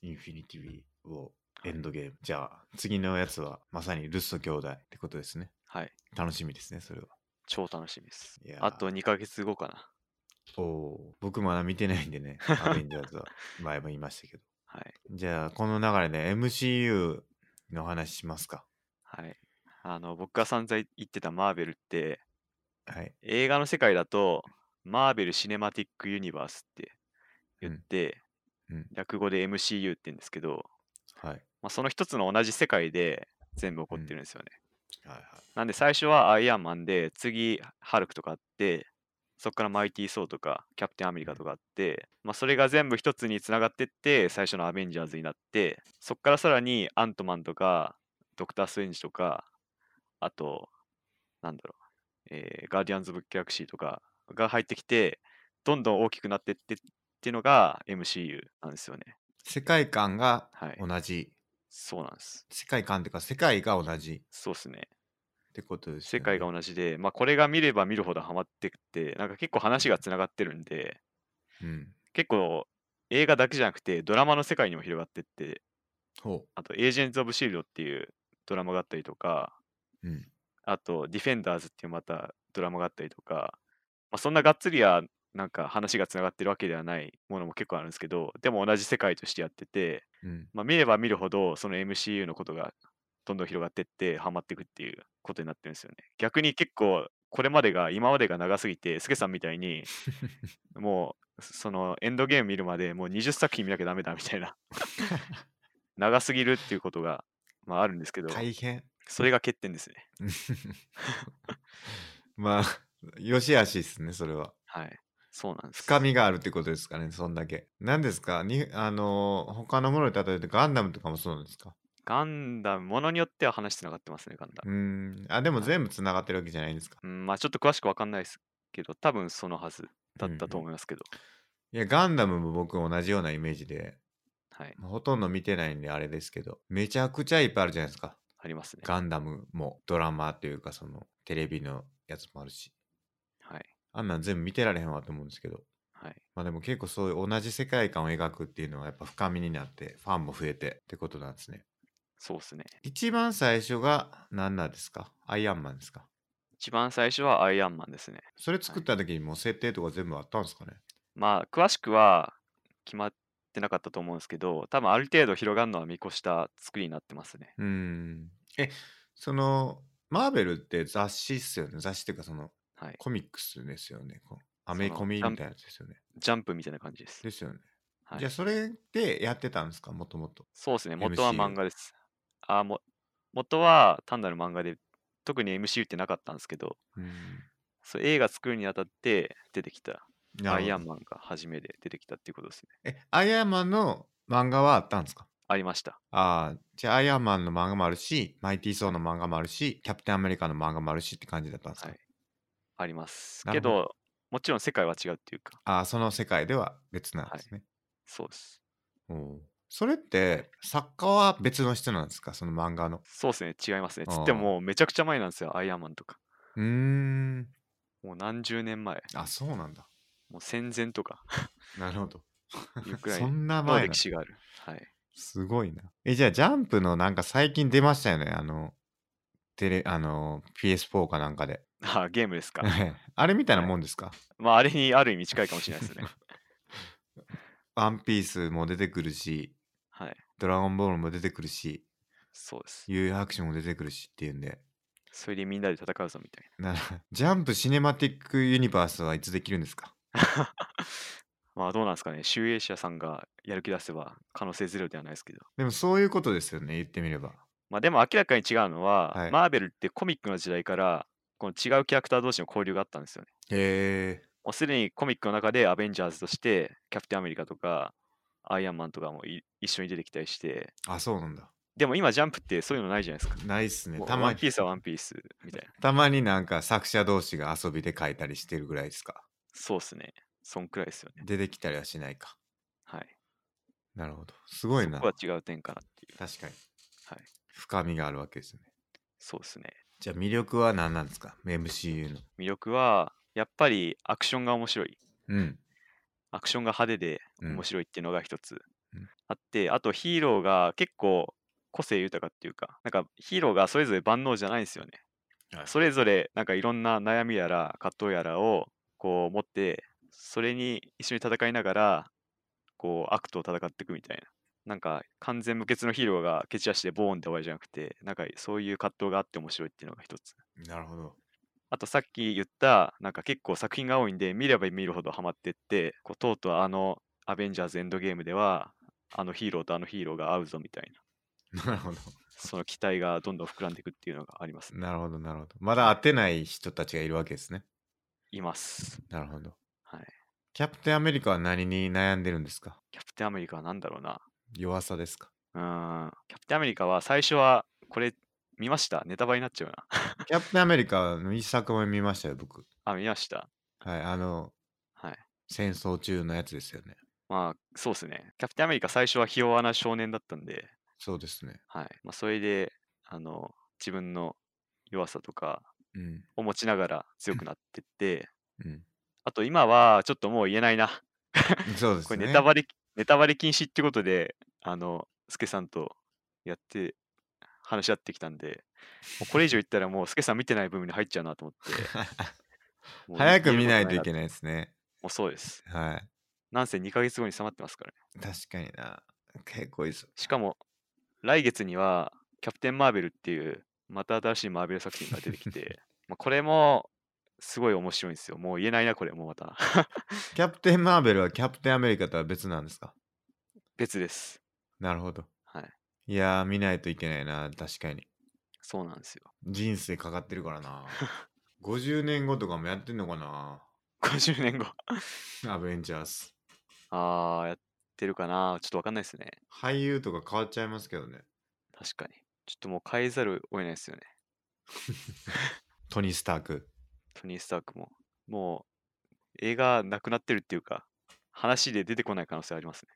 A: インフィニティウォー。
B: い
A: エンドゲーム。じゃあ、次のやつは、まさにルッソ兄弟ってことですね。
B: はい。
A: 楽しみですね、それは。
B: 超楽しみです
A: いや。ー
B: あと2ヶ月後かな。
A: おおー、僕まだ見てないんで ね、アベンジャーズは。前も言いましたけど。
B: はい。
A: じゃあ、この流れで MCU の話しますか。
B: はい。あの、僕が散々言ってたマーベルって、
A: はい。
B: 映画の世界だと、マーベル・シネマティック・ユニバースって言って、
A: うんうん
B: 略語で MCU って言うんですけど、
A: はい。
B: まあ、その一つの同じ世界で全部起こっ
A: うん
B: てるんですよね。
A: はいはい。
B: なんで最初はアイアンマンで、次ハルクとかあって、そこからマイティー・ソーとかキャプテン・アメリカとかあって、まあ、それが全部一つに繋がってって、最初のアベンジャーズになって、そこからさらにアントマンとか、ドクター・ストレンジとか、あと、なんだろう、えーガーディアンズ・オブ・ギャラクシーとかが入ってきて、どんどん大きくなってってっていうのが MCU なんですよね。
A: 世界観が
B: はい。
A: 同じ。
B: そうなんです。
A: 世界観っていうか、世界が同じ
B: そうですね。
A: ってことですよ
B: 世
A: ね。
B: 界が同じで、まあ、これが見れば見るほどハマってくって、なんか結構話がつながってるんで、
A: うん。
B: 結構映画だけじゃなくて、ドラマの世界にも広がってって、
A: ほ
B: あと、エージェンツ・オブ・シールドっていうドラマがあったりとか、
A: う。うん。
B: あと、ディフェンダーズっていうまたドラマがあったりとか、まあ、そんながっつりや、なんか話がつながってるわけではないものも結構あるんですけど、でも同じ世界としてやってて、
A: うん。
B: まあ、見れば見るほど、その MCU のことがどんどん広がってって、ハマっていくっていうことになってるんですよね。逆に結構、これまでが、今までが長すぎて、スケさんみたいに、もう、そのエンドゲーム見るまでもう20作品見なきゃダメだみたいな、 長すぎるっていうことが、まあ、あるんですけど、
A: 大変。
B: それが欠点ですね。
A: まあ、 よしあしですね、それは。
B: はい。そうなんです。
A: 深みがあるってことですかね、そんだけ。何ですかにあのー他のものに例えてガンダムとかもそうなんですか
B: ガンダム、ものによっては話つながってますね、ガンダ
A: うーん。あ、でも全部つながってるわけじゃないんですか。
B: ム。うん、まあちょっと詳しくわかんないですけど、多分そのはずだったと
A: うんうん
B: 思いますけど。
A: いや、ガンダムも僕同じようなイメージで、
B: はい。
A: まあほとんど見てないんであれですけど、めちゃくちゃいっぱいあるじゃないですか。
B: ありますね。
A: ガンダムもドラマというか、そのテレビのやつもあるし、
B: はい。
A: あんなん全部見てられへんわと思うんですけど、
B: はい。
A: まあでも結構そういう同じ世界観を描くっていうのはやっぱ深みになって、ファンも増えてってことなんですね。
B: そうですね。
A: 一番最初が何なんですかアイアンマンですか
B: 一番最初はアイアンマンですね。
A: それ作った時にもう設定とか全部あったんですかね、
B: まあ、詳しくは決まってなかったと思うんですけど、多分ある程度広がるのは見越した作りになってますね。
A: うーん。え、その、マーベルって雑誌っすよね。雑誌っていうかその、
B: はい。
A: コミックスですよね。こうア
B: の
A: メコミみたいなやつですよね。
B: ジャンプみたいな感じです。
A: ですよね。
B: はい
A: じゃあ、それでやってたんですかもともと。
B: そうですね。元は
A: MCU
B: 漫画です。あも元は単なる漫画で、特に MCU ってなかったんですけど、
A: うん
B: そう映画作るにあたって出てきた、アイアン
A: マン。
B: マンが初めて出てきたっていうことですね。
A: え、アイアンマンの漫画はあったんですか
B: ありました。
A: ああ、じゃあアイアンマンの漫画もあるし、マイティー・ソーの漫画もあるし、キャプテン・アメリカの漫画もあるしって感じだったんですか、
B: はいあります。
A: な
B: け
A: るほど
B: ど、もちろん世界は違うっていうか、
A: ああ、その世界では別なんですね。
B: そうです。
A: おうそれって、作家は別の人なんですかその漫画の。
B: そうですね。違いますね。つっ
A: あ
B: て
A: ー
B: も、めちゃくちゃ前なんですよ、アイアンマンとか。
A: うーん。
B: もう何十年前、
A: あ、そうなんだ。
B: もう戦前とか
A: なるほど。
B: いうくらい
A: そんな
B: の
A: 前な
B: 歴史がある。はい。
A: すごいな。え、じゃあ、ジャンプのなんか最近出ましたよね。あの、テレ、あの、PS4 かなんかで。
B: あーゲームですか。
A: あれみたいなもんですか、
B: まあ、あれにある意味近いかもしれない ですね。
A: ワンピースも出てくるし、
B: はい。
A: ドラゴンボールも出てくるし、
B: そうです。
A: 悠々白書も出てくるしっていうんで。
B: それでみんなで戦うぞみたい
A: な ジャンプシネマティックユニバースはいつできるんですか
B: な。まあ、どうなんですかね。集英社さんがやる気出せば可能性ゼロではないですけど。
A: でもそういうことですよね、言ってみれば。
B: まあ、でも明らかに違うのは、
A: はい
B: マーベルってコミックの時代から、この違うキャラクター同士の交流があったんですよね。
A: へえ。
B: もうすでにコミックの中でアベンジャーズとして、キャプテンアメリカとか、アイアンマンとかもい一緒に出てきたりして、
A: あ、そうなんだ。
B: でも今ジャンプってそういうのないじゃないですか。
A: ないっすね
B: も。う
A: た
B: ワ
A: ま
B: ン
A: に
B: ピ、ースはワンピースみたいな。
A: たまになんか作者同士が遊びで書いたりしてるぐらいですか。
B: そうですね。そんくらいですよね。
A: 出てきたりはしないか。
B: はい。
A: なるほど。すごいな。
B: ここは違う点かなっていう。
A: 確かに。
B: はい。
A: 深みがあるわけですよね。
B: そうですね。
A: じゃあ魅力は何なんですか ?MCU の。
B: 魅力は、やっぱりアクションが面白い。
A: うん。
B: アクションが派手で
A: うん
B: 面白いっていうのが一つ
A: うん
B: あって、あとヒーローが結構個性豊かっていうか、なんかヒーローがそれぞれ万能じゃないんですよね。
A: はい
B: それぞれなんかいろんな悩みやら葛藤やらをこう持って、それに一緒に戦いながら、こう悪と戦っていくみたいな。なんか完全無欠のヒーローが蹴散らしてボーンって終わりじゃなくて、なんかそういう葛藤があって面白いっていうのが一つ。
A: なるほど。
B: あとさっき言った、なんか結構作品が多いんで、見れば見るほどハマってって、こうとうとうあの、アベンジャーズエンドゲームでは、あのヒーローとあのヒーローが合うぞみたいな、
A: なるほど。
B: その期待がどんどん膨らんでいくっていうのがあります。
A: なるほど、なるほど。まだ会ってない人たちがいるわけですね。
B: います。
A: なるほど。
B: はい。
A: キャプテンアメリカは何に悩んでるんですか
B: キャプテンアメリカは何だろうな。
A: 弱さですか
B: うーん。キャプテンアメリカは最初は、これ、見ましたネタバレになっちゃうな。
A: キャプテンアメリカの一作も見ましたよ、僕。
B: あ、見ました。
A: はい、あの、
B: はい。
A: 戦争中のやつですよね。
B: まあ、そうですね。キャプテンアメリカ最初はひ弱な少年だったんで、
A: そうですね。
B: はい。まあ、それで、あの、自分の弱さとか、
A: うん。
B: を持ちながら強くなってって、
A: うん。
B: あと今はちょっともう言えないな。
A: そうですね。
B: これネタバレ、ネタバレ禁止ってことで、あの、スケさんとやって、話し合ってきたんで、もうこれ以上言ったらもうスケさん見てない部分に入っちゃうなと 思ってもう
A: 早く見ないとい
B: 言えること
A: けないですね。
B: もうそうです。
A: は
B: なんせ2ヶ月後に迫ってますからね。
A: い。確かにな。結構いいです。
B: しかも、来月にはキャプテン・マーベルっていう、また新しいマーベル作品が出てき て、まあこれもすごい面白いんですよ。もう言えないな、これ、もうまた。
A: キャプテン・マーベルはキャプテン・アメリカとは別なんですか
B: 別です。
A: なるほど。
B: はい。
A: いやー、見ないといけないな、確かに。
B: そうなんですよ。
A: 人生かかってるからな。 50年後とかもやってんのかな
B: 50年後。
A: アベンジャーズ。
B: ああ、やってるかな。ちょっとわかんないですね。
A: 俳優とか変わっちゃいますけどね。
B: 確かに。ちょっともう変えざるを得ないですよね。
A: トニー・スター ク。
B: トニー・スタークも。もう映画なくなってるっていうか、話で出てこない可能性ありますね。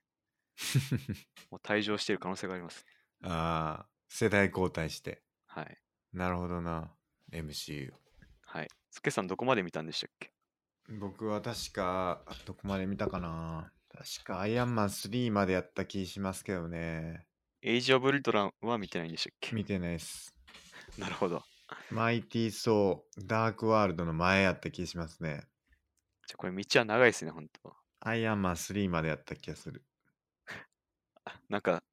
B: もう退場してる可能性があります。
A: ああ、世代交代して。
B: はい。
A: なるほどな。MCU。
B: はい。スケさんどこまで見たんでしたっけ
A: 僕は確か、どこまで見たかな確かアイアンマン3までやった気しますけどね。
B: エイジ・オブ・ウルトランは見てないんでしたっけ
A: 見てないっす。
B: なるほど。
A: マイティー・ソー、ダークワールドの前やった気しますね。
B: じゃあこれ道は長いですね、本当
A: アイアンマン3までやった気がする。
B: あ なんか、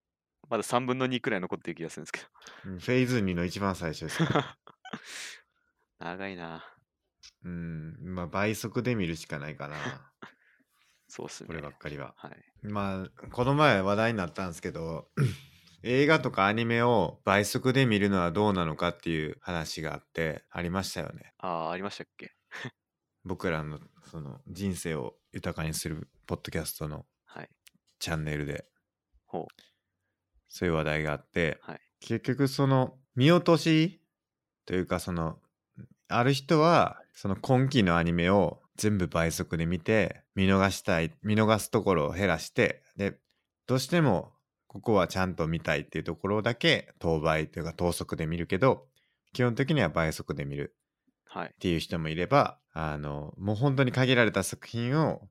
B: まだ3分の2くらい残ってる気がするんですけど。
A: うんフェーズ2の一番最初です。
B: 長いな。
A: うん、まあ倍速で見るしかないかな。
B: そうっすね。
A: こればっかりは。
B: はい。
A: まあ、この前話題になったんですけど、映画とかアニメを倍速で見るのはどうなのかっていう話があって、ありましたよね。
B: ああ、ありましたっけ
A: 僕らのその人生を豊かにするポッドキャストの
B: はい。
A: チャンネルで、
B: ほう
A: そういう話題があって、
B: はい
A: 結局その見落としというかその、ある人はその今期のアニメを全部倍速で見て、見逃したい、見逃すところを減らして、で、どうしてもここはちゃんと見たいっていうところだけ当倍というか等速で見るけど、基本的には倍速で見る
B: はい
A: っ。ていう人もいれば、あの、もう本当に限られた作品を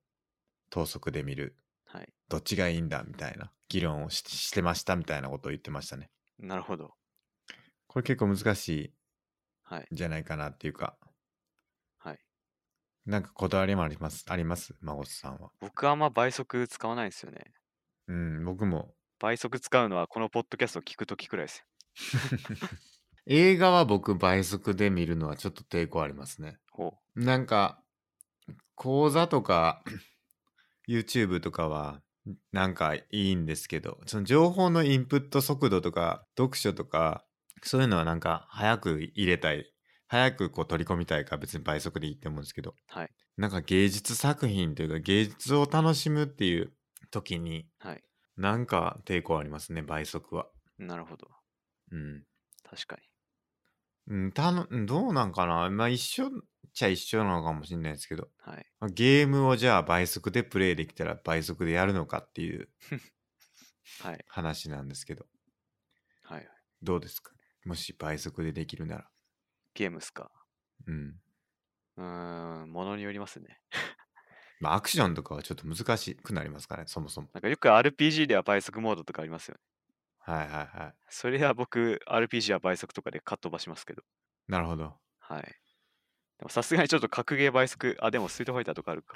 A: 等速で見る
B: はい。
A: どっちがいいんだみたいな議論をししてましたみたいなことを言ってましたね。
B: なるほど。
A: これ結構難し
B: はい。
A: いんじゃないかなっていうか、
B: はい。
A: なんかこだわりもあります、あります、孫さんは。
B: 僕はあんま倍速使わないんですよね。
A: うん、僕も。
B: 倍速使うのはこのポッドキャストを聞くときくらいですよ。
A: 映画は僕倍速で見るのはちょっと抵抗ありますね。
B: ほう。
A: なんか、講座とか、YouTube とかは、なんかいいんですけど、その情報のインプット速度とか、読書とか、そういうのはなんか早く入れたい。早くこう取り込みたいから別に倍速でいいって思うんですけど、
B: はい。
A: なんか芸術作品というか芸術を楽しむっていう時に、
B: はい。
A: なんか抵抗ありますね、倍速は。
B: なるほど。
A: うん。
B: 確かに。
A: うん、たのうんどうなんかなまあ一緒っちゃ一緒なのかもしれないですけど、
B: はい。
A: まあゲームをじゃあ倍速でプレイできたら倍速でやるのかっていう
B: はい。
A: 話なんですけど、
B: はい。
A: どうですかもし倍速でできるなら。
B: ゲームっすか。
A: うん。
B: うーん、ものによりますね。
A: まあアクションとかはちょっと難しくなりますからね、そもそも。
B: なんかよく RPG では倍速モードとかありますよね。
A: はいはいは
B: それは僕、RPG は倍速とかでかっ飛ばしますけど。
A: い。なるほど。
B: はい。でもさすがにちょっと格ゲー倍速、あ、でもスイートファイターとかあるか。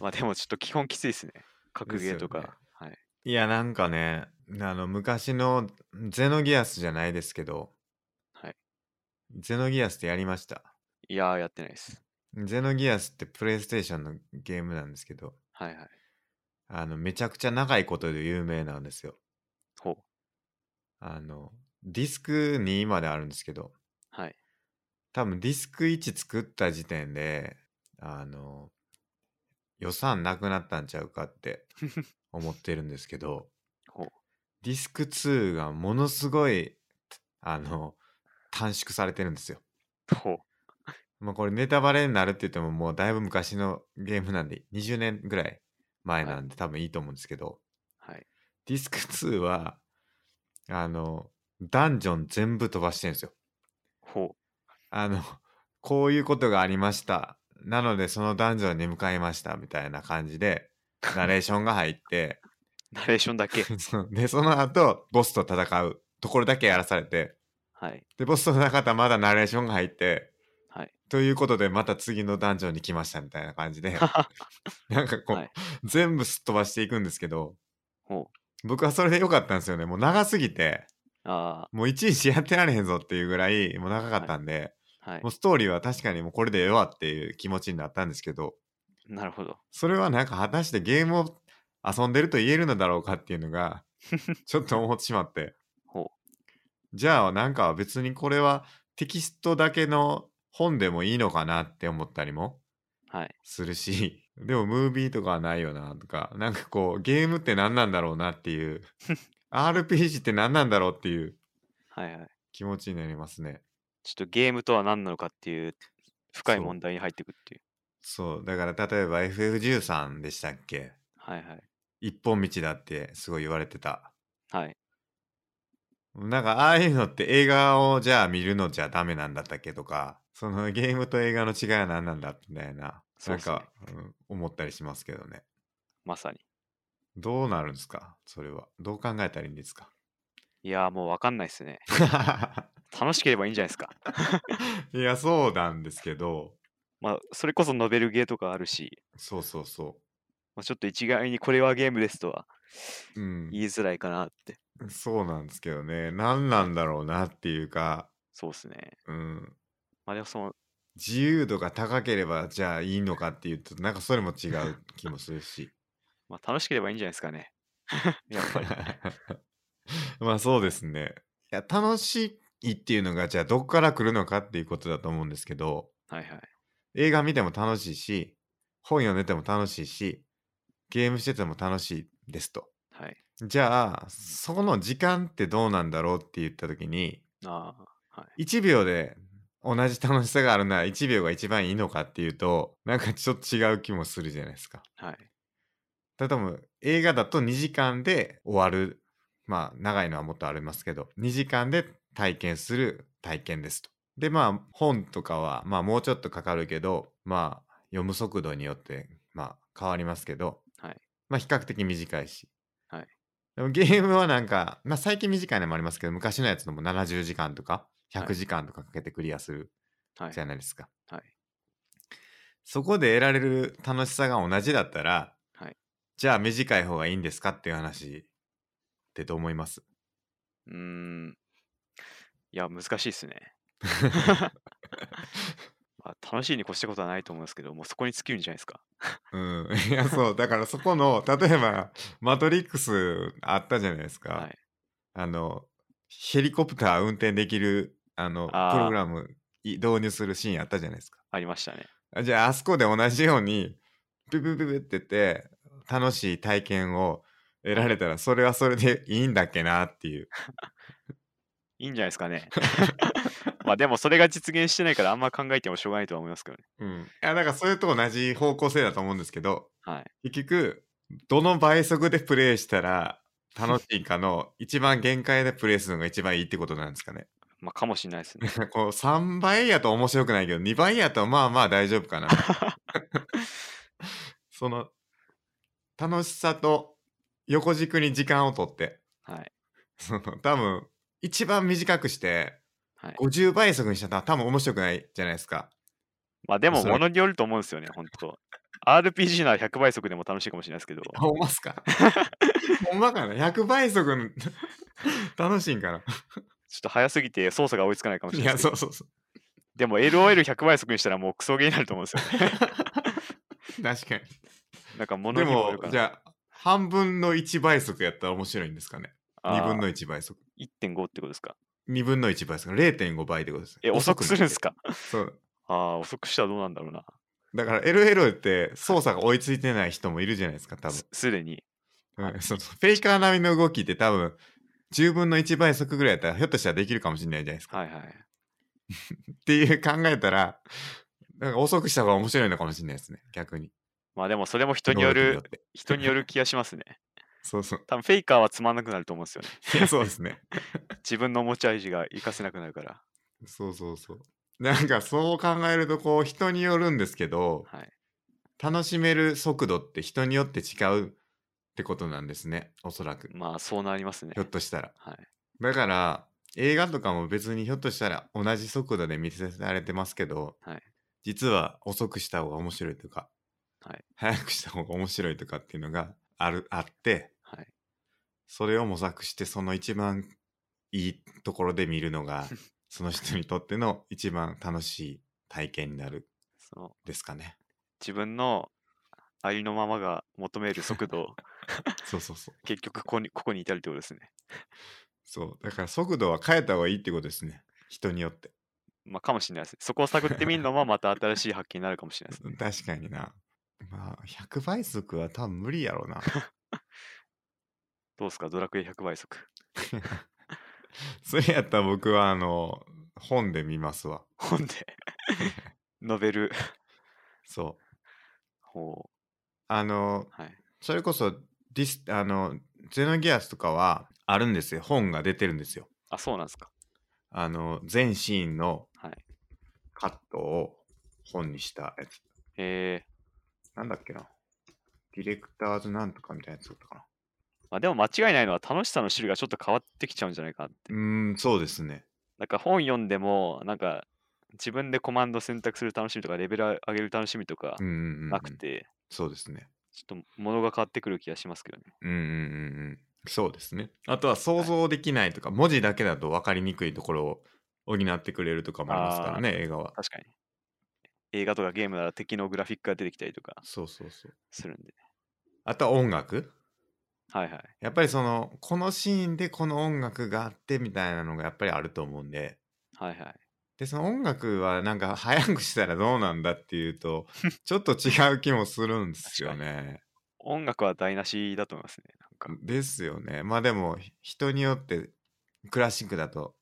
B: まあでもちょっと基本きついですね。格ゲーとか。
A: ですよね
B: はい。
A: いやなんかね、あの昔のゼノギアスじゃないですけど、
B: はい。
A: ゼノギアスってやりました。
B: いやー、やってないです。
A: ゼノギアスってプレイステーションのゲームなんですけど、
B: はいはい。
A: あのめちゃくちゃ長いことで有名なんですよ。
B: ほう。
A: あの、ディスク2まであるんですけど、
B: はい。
A: 多分ディスク1作った時点で、あの、予算なくなったんちゃうかって思ってるんですけど、
B: ほう。
A: ディスク2がものすごい、あの、短縮されてるんですよ。
B: ほう。
A: まあこれネタバレになるって言ってももうだいぶ昔のゲームなんで、20年ぐらい前なんで多分いいと思うんですけど、
B: はい。
A: ディスク2は、あの、ダンジョン全部飛ばしてるんですよ。
B: ほ
A: あの、 こういうことがありました。なので、そのダンジョンに向かいました、みたいな感じで、ナレーションが入って、
B: う。 ナレーションだけ。
A: そので、その後、ボスと戦うところだけやらされて、
B: はい。
A: で、ボスと戦ったらまだナレーションが入って、
B: はい。
A: ということで、また次のダンジョンに来ました、みたいな感じ で、 なんかこう、
B: はい
A: 全部すっ飛ばしていくんですけど、
B: ほう。
A: 僕はそれで良かったんですよね。もう長すぎて、
B: あ
A: もういちいちやってられへんぞっていうぐらい、もう長かったんで、
B: あ、はい
A: もう。ストーリーは確かにもうこれでええわっていう気持ちになったんですけど、
B: なるほど。
A: それはなんか果たしてゲームを遊んでると言えるのだろうかっていうの がちょっと思ってしまって
B: ほ
A: じゃあなんか別にこれはテキストだけの本でもいいのかなって思ったりも
B: はい。
A: するし、 でもムービーとかはないよなとか、なんかこう、ゲームって何なんだろうなっていう、RPG って何なんだろうっていう
B: はいはい。
A: 気持ちになりますね。
B: ちょっとゲームとは何なのかっていう深い
A: そう
B: 問題に入ってくっていう。
A: そう、だから例えば FF13 でしたっけ
B: はいはい。
A: 一本道だってすごい言われてた。
B: はい。
A: なんかああいうのって映画をじゃあ見るのじゃダメなんだったっけとか、そのゲームと映画の違いは何なんだみたいな、
B: そ
A: な
B: うっ
A: ん
B: すね
A: か、うん思ったりしますけどね。
B: まさに。
A: どうなるんですかそれは。どう考えたらいいんです か
B: いやーもうわかんないっすね。楽しければいいんじゃないですか。
A: いや、そうなんですけど、
B: まあ、それこそノベルゲーとかあるし、
A: そうそうそ
B: まあ、ちょっと一概にこれはゲームですとは
A: う。うん。
B: 言いづらいかなって。
A: そうなんですけどね。何なんだろうなっていうか、
B: そうっすね。
A: うん。
B: まあでもその、
A: 自由度が高ければじゃあいいのかっていうと、なんかそれも違う気もするし。
B: まあ、楽しければいいんじゃないですか ね。やっぱり。
A: まあそうですね。いや楽しいっていうのがじゃあどこから来るのかっていうことだと思うんですけど
B: はいはい。
A: 映画見ても楽しいし本読んでても楽しいしゲームしてても楽しいですと。
B: はい。
A: じゃあそこの時間ってどうなんだろうって言った時に
B: ああ、はい。
A: 1秒で同じ楽しさがあるなら1秒が一番いいのかっていうとなんかちょっと違う気もするじゃないですか。
B: はい。
A: 例えば映画だと2時間で終わるまあ長いのはもっとありますけど2時間で体験する体験ですと。でまあ本とかはまあもうちょっとかかるけどまあ読む速度によってまあ変わりますけど、
B: はい
A: まあ比較的短いし。
B: はい
A: でもゲームはなんか、まあ、最近短いのもありますけど昔のやつのも70時間とか
B: はい
A: 100時間とかかけてクリアする
B: はい
A: じ。ゃないですか。
B: はい
A: そこで得られる楽しさが同じだったら、
B: はい
A: じゃあ短い方がいいんですかっていう話ってどう思います
B: うーん。いや、難しいっすね。 まあ、楽しいに越したことはないと思うんですけど、もうそこに尽きるんじゃないですか。
A: うん、いやそうだからそこ の例えば「マトリックス」あったじゃないですか、
B: はい
A: あのヘリコプター運転できるあの
B: あー
A: プログラムい導入するシーンあったじゃないですか
B: ありましたね。
A: あじゃああそこで同じようにピュピュピュピュってって楽しい体験を得られたらそれはそれでいいんだっけなっていう
B: いいんじゃないですか ね。 まあでもそれが実現してないからあんま考えてもしょうがないとは思いますけどね。
A: うん、いやだからそれと同じ方向性だと思うんですけど
B: はい。
A: 結局どの倍速でプレイしたら楽しいかの 一番限界でプレイするのが一番いいってことなんですかね。
B: まあかもしれないですね。
A: こう3倍やと面白くないけど2倍やとまあまあ大丈夫かな。その楽しさと横軸に時間をとって
B: はい。
A: その多分一番短くして
B: はい、
A: 50倍速にしたら多分面白くないじゃないですか。
B: まあでも
A: それ
B: 物によると思うんですよね、本当 RPG なら100倍速でも楽しいかもしれないですけど、
A: ほんまっす かほんまかな ?100 倍速の 楽しいんかな
B: ちょっと早すぎて操作が追いつかないかもし
A: い
B: れな
A: や、
B: いですけ
A: そ
B: ど。
A: うそうそ
B: でも LOL100 倍速にしたらもうクソゲーになると思うんですよね。
A: う。確か
B: なんか
A: に。
B: 物
A: で
B: にもよ
A: も
B: るか、ら。
A: じゃあ、半分の1倍速やったら面白いんですかね。2分の
B: 1。
A: 1倍速。
B: 1.5ってことですか
A: 2分の1倍速。0.5倍ってことです。
B: え、遅くするんです
A: か
B: か
A: そう。
B: ああー、遅くしたらどうなんだろうな。
A: だから LL って操作が追いついてない人もいるじゃないですか、多分
B: す。すでに。
A: うん そうそうフェイカー並みの動きって多分、10分の1倍速ぐらいやったら、ひょっとしたらできるかもしれないじゃないですか。
B: はいはい。
A: っていう考えたら、なんか遅くした方が面白いのかもしれないですね、逆に。
B: まあでもそれも人によ
A: 能
B: る
A: 力って。
B: 人による気がしますね。
A: そうそう。
B: 多分フェイカーはつまんなくなると思うんですよね。
A: いやそうですね。
B: 自分の持ち味が活かせなくなるから。
A: そうそうそう。なんかそう考えるとこう人によるんですけど、
B: はい。
A: 楽しめる速度って人によって違うってことなんですね、おそらく。
B: まあそうなりますね
A: ひょ。っとしたら。
B: はい。
A: だから映画とかも別にひょっとしたら同じ速度で見せられてますけど、
B: はい
A: 実は遅くした方が面白いとか、
B: はい
A: 早くした方が面白いとかっていうのがあるあって、
B: はい。
A: それを模索してその一番いいところで見るの がその人にとっての一番楽しい体験になる
B: その
A: ですかね。
B: 自分のありのままが求める速 度を
A: そうそうそう。
B: 結局ここにここに至るってことですね。
A: そうだから速度は変えた方がいいってことですね。人によって。
B: まあ、かもしれないです。そこを探ってみるのもまた新しい発見になるかもしれないです。
A: 確かにな。まあ、100倍速は多分無理やろうな。
B: どうですかドラクエ100倍速。
A: それやったら僕は、あの、本で見ますわ。
B: ほんで、ノベル。
A: そう。
B: ほ
A: あの、
B: う。はい。
A: それこそディス、あの、ゼノギアスとかはあるんですよ。本が出てるんですよ。
B: あ、そうなんですか。
A: あの、全シーンの
B: はい。
A: カットを本にしたやつ。
B: えー、
A: なんだっけな。ディレクターズなんとかみたいなやつだったかな。
B: まあ、でも間違いないのは楽しさの種類がちょっと変わってきちゃうんじゃないかなって。
A: うーん、そうですね。
B: なんか本読んでも、なんか自分でコマンド選択する楽しみとか、レベル上げる楽しみとか
A: うんうんうん。
B: なく。て、
A: そうですね。
B: ちょっと物が変わってくる気がしますけどね。
A: うんうんうんうん。そうですね。あとは想像できないとか、文字だけだと分かりにくいところを補ってくれるとかもありますからね、映画は。
B: 確かに。映画とかゲームなら敵のグラフィックが出てきたりとか
A: そうそうそう。
B: するんで。
A: あとは音楽
B: はいはい。
A: やっぱりその、このシーンでこの音楽があってみたいなのがやっぱりあると思うんで、
B: はいはい。
A: で、その音楽はなんか早くしたらどうなんだっていう と、ちょっと違う気もするんですよね。
B: 音楽は台無しだと思いますね。なんか
A: ですよね。まあでも、ひ人によってクラシックだと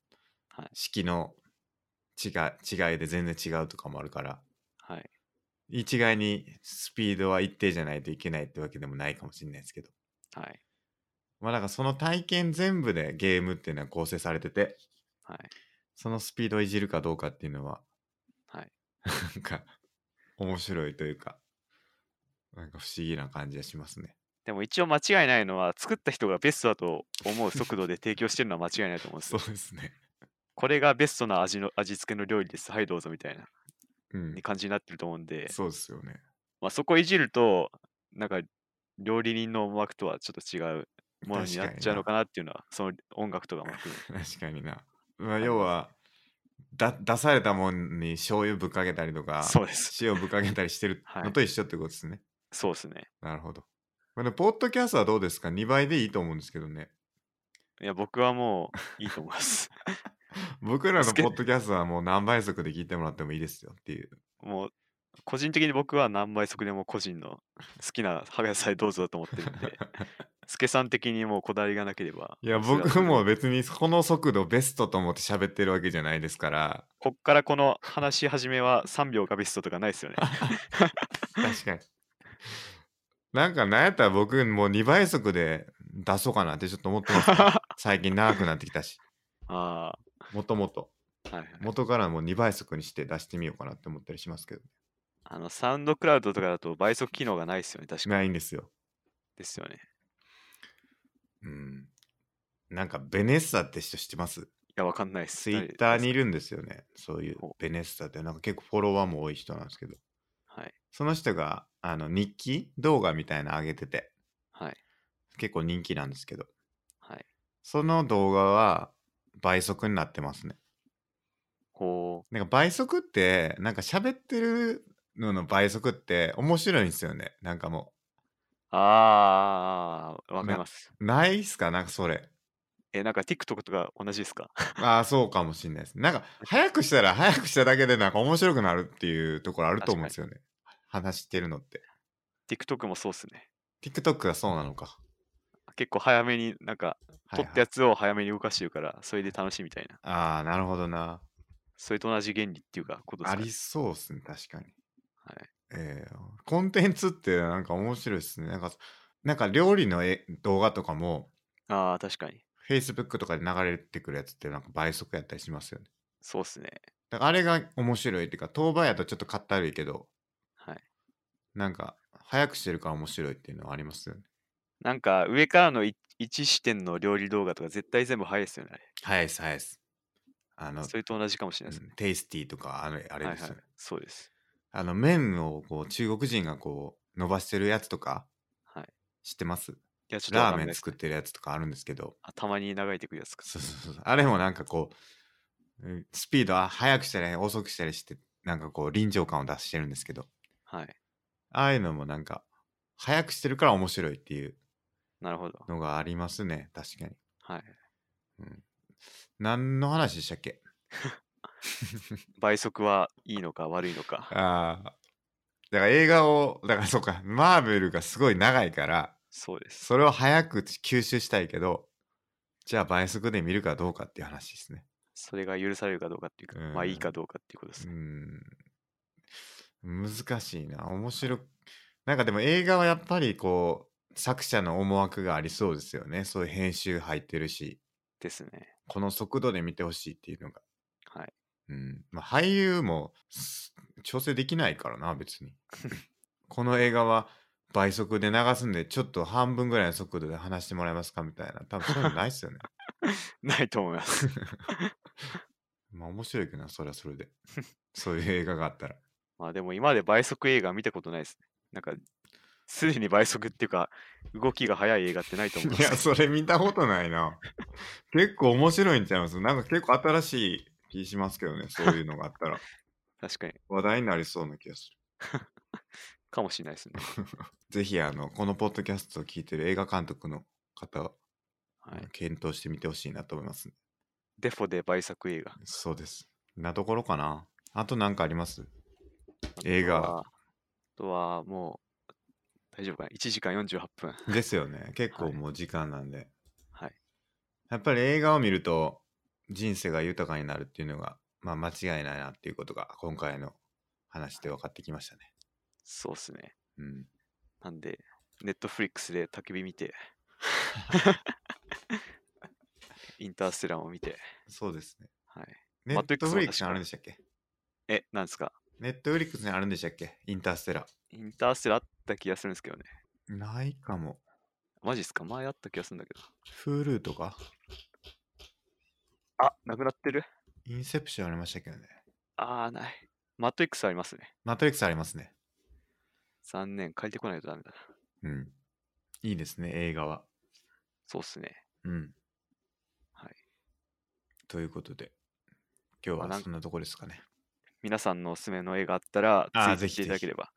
B: はい、
A: 式の違違いで全然違うとかもあるから、
B: はい。
A: 一概にスピードは一定じゃないといけないってわけでもないかもしれないですけど。
B: はい。
A: まあなんかその体験全部でゲームっていうのは構成されてて、
B: はい。
A: そのスピードをいじるかどうかっていうのは、
B: はい。
A: なんか、面白いというか、なんか不思議な感じがしますね。
B: でも一応間違いないのは、作った人がベストだと思う速度で提供してるのは間違いないと思うんです
A: そ
B: よ
A: うですね。
B: これがベストな味の味付けの料理です。はい、どうぞみたいな
A: うん。
B: 感じになってると思うんで、
A: そうですよね。
B: まあ、そこいじると、なんか料理人の思惑とはちょっと違うものになっちゃうのかなっていうのは、その音楽とかも含めて。
A: 確かにな。まあ、要は、だ出されたもんに醤油ぶっかけたりとか、
B: そうです。
A: 塩ぶっかけたりしてるのと一緒ってことですね。
B: そうですね。
A: なるほど。まあ、でもポッドキャストはどうですか ?2 倍でいいと思うんですけどね。
B: いや、僕はもういいと思い ます。
A: 僕らの
B: つけ
A: ポッドキャストはもう何倍速で聞いてもらってもいいですよっていう。
B: もう、個人的に僕は何倍速でも個人の好きな葉野菜どうぞだと思ってるん で、スケさん的にもうこだわりがなければ、
A: いや、
B: それは
A: 僕
B: それで
A: も別にこの速度ベストと思って喋ってるわけじゃないですから、
B: こっからこの話し始めは3秒がベストとかないです よね。
A: 確かに。なんか、なんやったら僕、もう2倍速で出そうかなってちょっと思ってます。
B: あ
A: 最近長くなってきたし、
B: あ
A: もともと。
B: ー、はいはい。
A: 元からもう2倍速にして出してみようかなって思ったりしますけど、
B: あの、サウンドクラウドとかだと倍速機能がないですよね。確かに。
A: ないんですよ。
B: ですよね。い
A: うん。なんか、ベネッサって人知ってます
B: や、わかんないです。
A: ツイッターにい
B: る。
A: るんですよね。そういう
B: ほう
A: ベネッサって、なんか結構フォロワーも多い人なんですけど、
B: はい。
A: その人があの日記動画みたいなの上げてて、
B: はい。
A: 結構人気なんですけど、
B: はい。
A: その動画は倍速になってますね。
B: ほ
A: なんか倍速って、なんか喋ってるのの倍速って面白いんですよね。なんかも
B: う。ああ、わか
A: な
B: ります。
A: う、ないっすかなんかそれ。
B: え、なんか TikTok とか同じですか
A: ああ、そうかもしんないです。なんか、早くしたら早くしただけでなんか面白くなるっていうところあると思うんですよね。話してるのって。
B: ?TikTok もそうっすね。
A: TikTok がそうなのか。
B: 結構早めになんか
A: はい
B: 撮
A: はい
B: ったやつを早めに動かしてるから、それで楽しいみたいな。
A: ああ、なるほどな。
B: それと同じ原理っていうか、ことです
A: あ
B: かね
A: りそうっすね、確かに。
B: はい。
A: えーコンテンツってなんか面白いですね。なんか、なんか料理のえ動画とかも、
B: ああ、確かに。
A: Facebook とかで流れてくるやつってなんか倍速やったりしますよね。
B: そうっすね。
A: だからあれが面白いっていうか、当番やとちょっとかったるいけど、
B: はい。
A: なんか、早くしてるから面白いっていうのはありますよね。
B: なんか上からのい一視点の料理動画とか絶対全部早いですよね。
A: 早いです、早いです。あ
B: あ
A: の
B: れ、それと同じかもしれないですね。
A: テイスティーとか、あれあれ
B: は
A: で
B: い
A: すよ
B: は
A: ね。
B: い。そうです。
A: あの、麺をこう中国人がこう、伸ばしてるやつとか、
B: はい。
A: 知ってます
B: いや、ちょっとわ
A: ラ
B: か
A: ー
B: んな
A: メ
B: い
A: ン
B: です
A: 作ってるやつとかあるんですけど、
B: あたまに流れてくるやつか。
A: そうそうそうそう。あれもなんかこう、うんスピードは速くしたり遅くしたりして、なんかこう臨場感を出してるんですけど、
B: はい。
A: ああいうのもなんか、速くしてるから面白いっていう
B: なるほど。
A: のがありますね、確かに。
B: はい。
A: うん。何の話でしたっけ
B: 倍速はいいのか悪いのか。
A: ああ。だから映画を、だからそうか、マーベルがすごい長いから、
B: そうです。
A: それを早く吸収したいけど、じゃあ倍速で見るかどうかっていう話ですね。
B: それが許されるかどうかっていうか、
A: うん
B: まあいいかどうかっていうことです
A: う
B: ね。
A: ん。難しいな。面白く。なんかでも映画はやっぱりこう、作者の思惑がありそうですよね。そういう編集入ってるし、
B: ですね。
A: この速度で見てほしいっていうのが。
B: はい。
A: うん。まあ俳優もす調整できないからな、別に。この映画は倍速で流すんで、ちょっと半分ぐらいの速度で話してもらえますかみたいな。多分そういうのないっすよね。
B: ないと思います。
A: まあ面白いけどな、それはそれで。そういう映画があったら。
B: まあでも今まで倍速映画見たことないですね。なんか、すでに倍速っていうか、動きが速い映画ってないと思い ま
A: いや、
B: す。
A: それ見たことないな。結構面白いんちゃいますなんか結構新しい気しますけ どね、そういうのがあったら。
B: 確かに。
A: 話題になりそうな気がする。
B: かもしれないですね。
A: ぜひ、あの、このポッドキャストを聞いてる映画監督の方は、
B: はい。
A: 検討してみてほしいなと思います、
B: デフォで倍速映画。
A: そうです。なところかな。あと何かあります映画
B: あとは。あとはもう、大丈夫かな ?1 時間48分。
A: ですよね。結
B: は
A: 構
B: い
A: もう時間なんで。
B: はい。
A: やっぱり映画を見ると人生が豊かになるっていうのが、まあ間違いないなっていうことが今回の話で分かってきましたね。
B: そうっすね。
A: うん。
B: なんで、ネットフリックスで焚き火見 て、インターステラーも見て、
A: そうですね。
B: はい。
A: ネ
B: マト
A: ッ
B: リック
A: ト
B: ス
A: フ
B: も
A: リックスに
B: 確か
A: あるんでしたっけ
B: え、なんですか
A: ネットフリックスにあるんでしたっけインターステラ
B: インターステラーあった気がするんですけどね。
A: ー。ないかも。
B: マジっすか前あった気がするんだけど。
A: Hulu とか
B: あ、なくなってる
A: インセプションありましたけどね。
B: あー、ない。マトリックスありますね。
A: マトリックスありますね。
B: 残念。借りてこないとダメだな。
A: うん。いいですね、映画は。
B: そうっすね。
A: うん。
B: はい。
A: ということで、今日
B: まあな
A: は
B: ん
A: そんなとこですかね。
B: 皆さんのおすすめの映画あったら、
A: あー
B: ツイートしていただければ、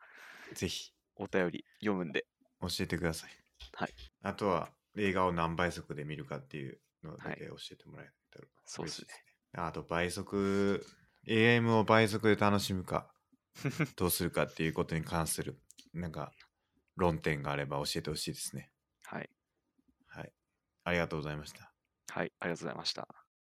A: ぜひ
B: お便り読むんで。
A: 教えてください。
B: はい。
A: あとは映画を何倍速で見るかっていうのだけ教えてもらえたら
B: そうっすね。
A: あと倍速、AM を倍速で楽しむ か、どうするかっていうことに関する、なんか、論点があれば教えてほしいですね。
B: はい。
A: はい。ありがとうございました。
B: はい。ありがとうございました。